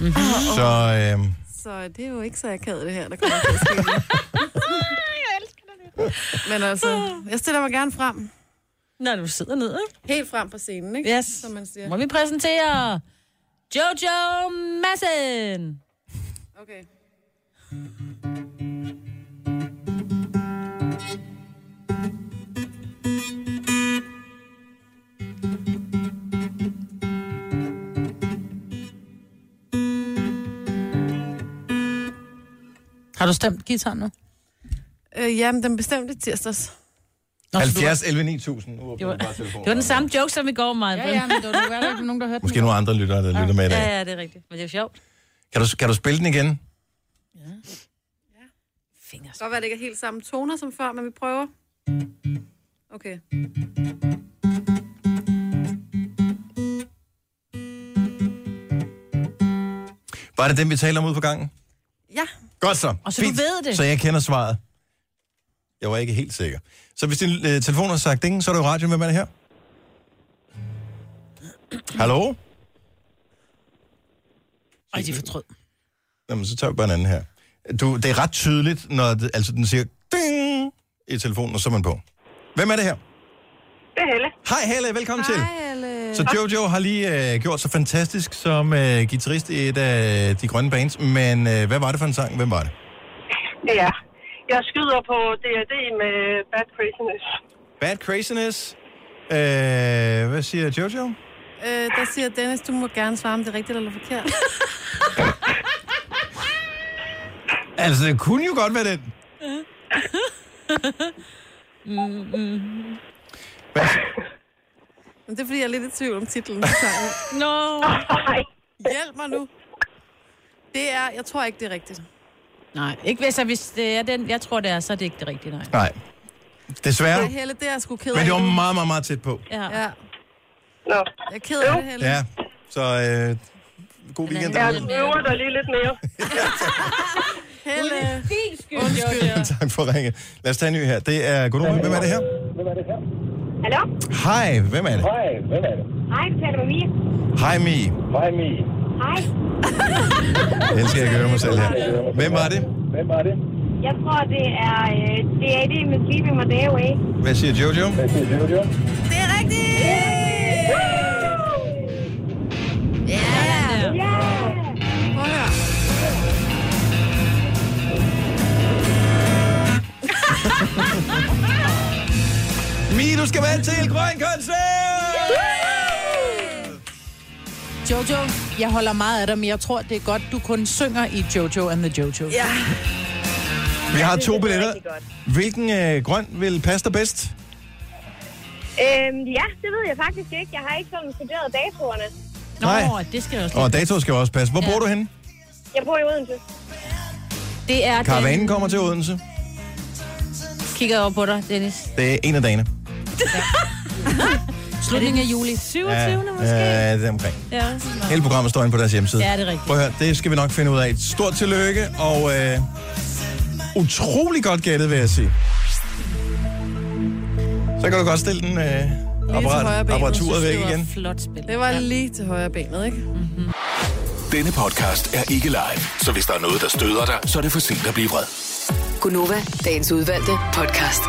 Speaker 1: Mm-hmm. Så øh,
Speaker 2: Så det er jo ikke så akavet, det her, der kommer til at ske. jeg elsker det. Men altså, jeg stiller mig gerne frem.
Speaker 3: Når du sidder ned, ikke?
Speaker 2: Helt frem på scenen, ikke?
Speaker 3: Yes.
Speaker 2: Som man siger.
Speaker 3: Må vi præsentere Jojo Madsen.
Speaker 2: Okay.
Speaker 5: Har du stemt gitaren nu?
Speaker 2: Øh, jamen, den bestemte tirsdags.
Speaker 5: Nå, så du-
Speaker 1: 70 11 9000. Nu åbner vi bare telefonen.
Speaker 3: Det var den samme joke, som i går, meget.
Speaker 5: Ja, ja, men det var der ikke nogen, der hørte
Speaker 1: Måske nogle andre lyttere, der lytter med i dag.
Speaker 3: Ja, ja, det er rigtigt. Men det er jo sjovt.
Speaker 1: Kan du, kan du spille den igen?
Speaker 2: Det kan godt være, det ikke er helt samme toner som før, men vi prøver. Okay.
Speaker 1: Var det den, vi taler om ude på gangen?
Speaker 2: Ja.
Speaker 1: Godt så.
Speaker 2: Og så du ved det.
Speaker 1: Så jeg kender svaret. Jeg var ikke helt sikker. Så hvis din øh, telefon har sagt ding, så er det jo radioen. Hvem er det her? Hallo?
Speaker 5: Ej, de er fortrød.
Speaker 1: Jamen, så tager vi bare en anden her. Du, det er ret tydeligt, når det, altså, den siger ding i telefonen, og så er man på. Hvem er det her?
Speaker 9: Det er Helle.
Speaker 1: Hej Helle, velkommen Hej, til.
Speaker 2: Helle.
Speaker 1: Så Jojo har lige øh, gjort sig fantastisk som øh, guitarist i et af de grønne bands, men øh, hvad var det for en sang? Hvem var det?
Speaker 17: Ja. Jeg skyder på D&D med Bad Craziness.
Speaker 1: Bad Craziness. Øh, hvad siger Jojo?
Speaker 2: Øh, der siger Dennis, du må gerne svare, om det er rigtigt eller forkert.
Speaker 1: Altså, det kunne jo godt være den.
Speaker 2: Men det er, fordi jeg er lidt i tvivl om titlen. på sangen. Nå. Hjælp mig nu. Det er, jeg tror ikke, det er rigtigt.
Speaker 3: Nej, ikke hvis, hvis det er den, jeg tror, det er, så er det ikke det rigtige, nej.
Speaker 1: Nej. Desværre.
Speaker 2: Ja. Øh, Helle, det er jeg sgu ked af.
Speaker 1: Men det var
Speaker 2: nu.
Speaker 1: meget, meget, meget tæt på.
Speaker 3: Ja.
Speaker 2: ja.
Speaker 17: Nå.
Speaker 2: Jeg er ked af det, Helle.
Speaker 1: Ja. Så øh, god weekend.
Speaker 17: Jeg
Speaker 1: derude.
Speaker 17: øver dig lige lidt mere.
Speaker 2: Helle.
Speaker 17: Fint skyld,
Speaker 1: tak for ringe. Lad os tage en ny her. Det er Godmorgen. Hvem er det her?
Speaker 17: Hvem er det her? Hallo?
Speaker 1: Hej, hvem er det?
Speaker 10: Hej, hvem er det?
Speaker 17: Hej, det er Mia.
Speaker 1: Hej, Mi.
Speaker 10: Hej, Mie.
Speaker 17: Hej.
Speaker 1: Jeg elsker, at jeg gør mig selv her. Hvem var det?
Speaker 10: Hvem var det?
Speaker 17: Jeg tror, det er øh, D.A.D. med Sleeping My Day Away.
Speaker 1: Hvad siger Jojo?
Speaker 10: Hvad siger Jojo?
Speaker 17: Det er rigtigt!
Speaker 2: Ja. Prøv at høre.
Speaker 1: Mi, du skal med til Grøn Koncert!
Speaker 5: Jojo, jeg holder meget af dig, men jeg tror, det er godt, du kun synger i Jojo and the Jojo. Ja.
Speaker 1: Vi har to billetter. Hvilken øh, grøn vil passe dig bedst?
Speaker 9: Øhm, ja, det ved jeg faktisk ikke. Jeg har ikke sådan studeret datoerne.
Speaker 1: Nå, Nej.
Speaker 3: det skal jo
Speaker 1: Og dato skal jo også passe. Hvor bor du henne?
Speaker 9: Jeg bor i Odense.
Speaker 3: Det er
Speaker 1: Karavanen
Speaker 3: den...
Speaker 1: kommer til Odense.
Speaker 3: Kigger over på dig, Dennis.
Speaker 1: Det er en af dagene.
Speaker 3: Slutningen af juli. 27.
Speaker 1: Ja,
Speaker 3: måske?
Speaker 1: Ja, det er omkring.
Speaker 3: Ja.
Speaker 1: Hele programmet står inde på deres hjemmeside.
Speaker 3: Ja, det er rigtigt.
Speaker 1: Prøv at høre, det skal vi nok finde ud af. Stort tillykke, og øh, utrolig godt gættet, vil jeg sige. Så kan du godt stille den øh,
Speaker 2: højre
Speaker 1: apparat,
Speaker 2: benet,
Speaker 1: apparaturet
Speaker 2: synes
Speaker 1: væk
Speaker 2: jeg, det var
Speaker 1: igen.
Speaker 3: Flot spil.
Speaker 2: Det var lige til højre benet, ikke?
Speaker 7: Denne podcast er ikke live, så hvis der er noget, der støder dig, så er det for sent at blive vred.
Speaker 6: Gunova, dagens udvalgte podcast.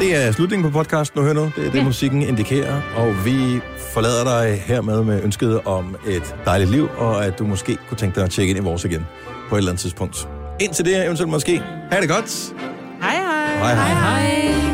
Speaker 1: Det er slutningen på podcasten, du hører nu. Det er det, musikken indikerer. Og vi forlader dig hermed med ønsket om et dejligt liv, og at du måske kunne tænke dig at tjekke ind i vores igen på et eller andet tidspunkt. Indtil det, eventuelt måske. Ha' det godt.
Speaker 5: Hej,
Speaker 1: Hej,
Speaker 5: hej.
Speaker 1: hej.
Speaker 5: hej.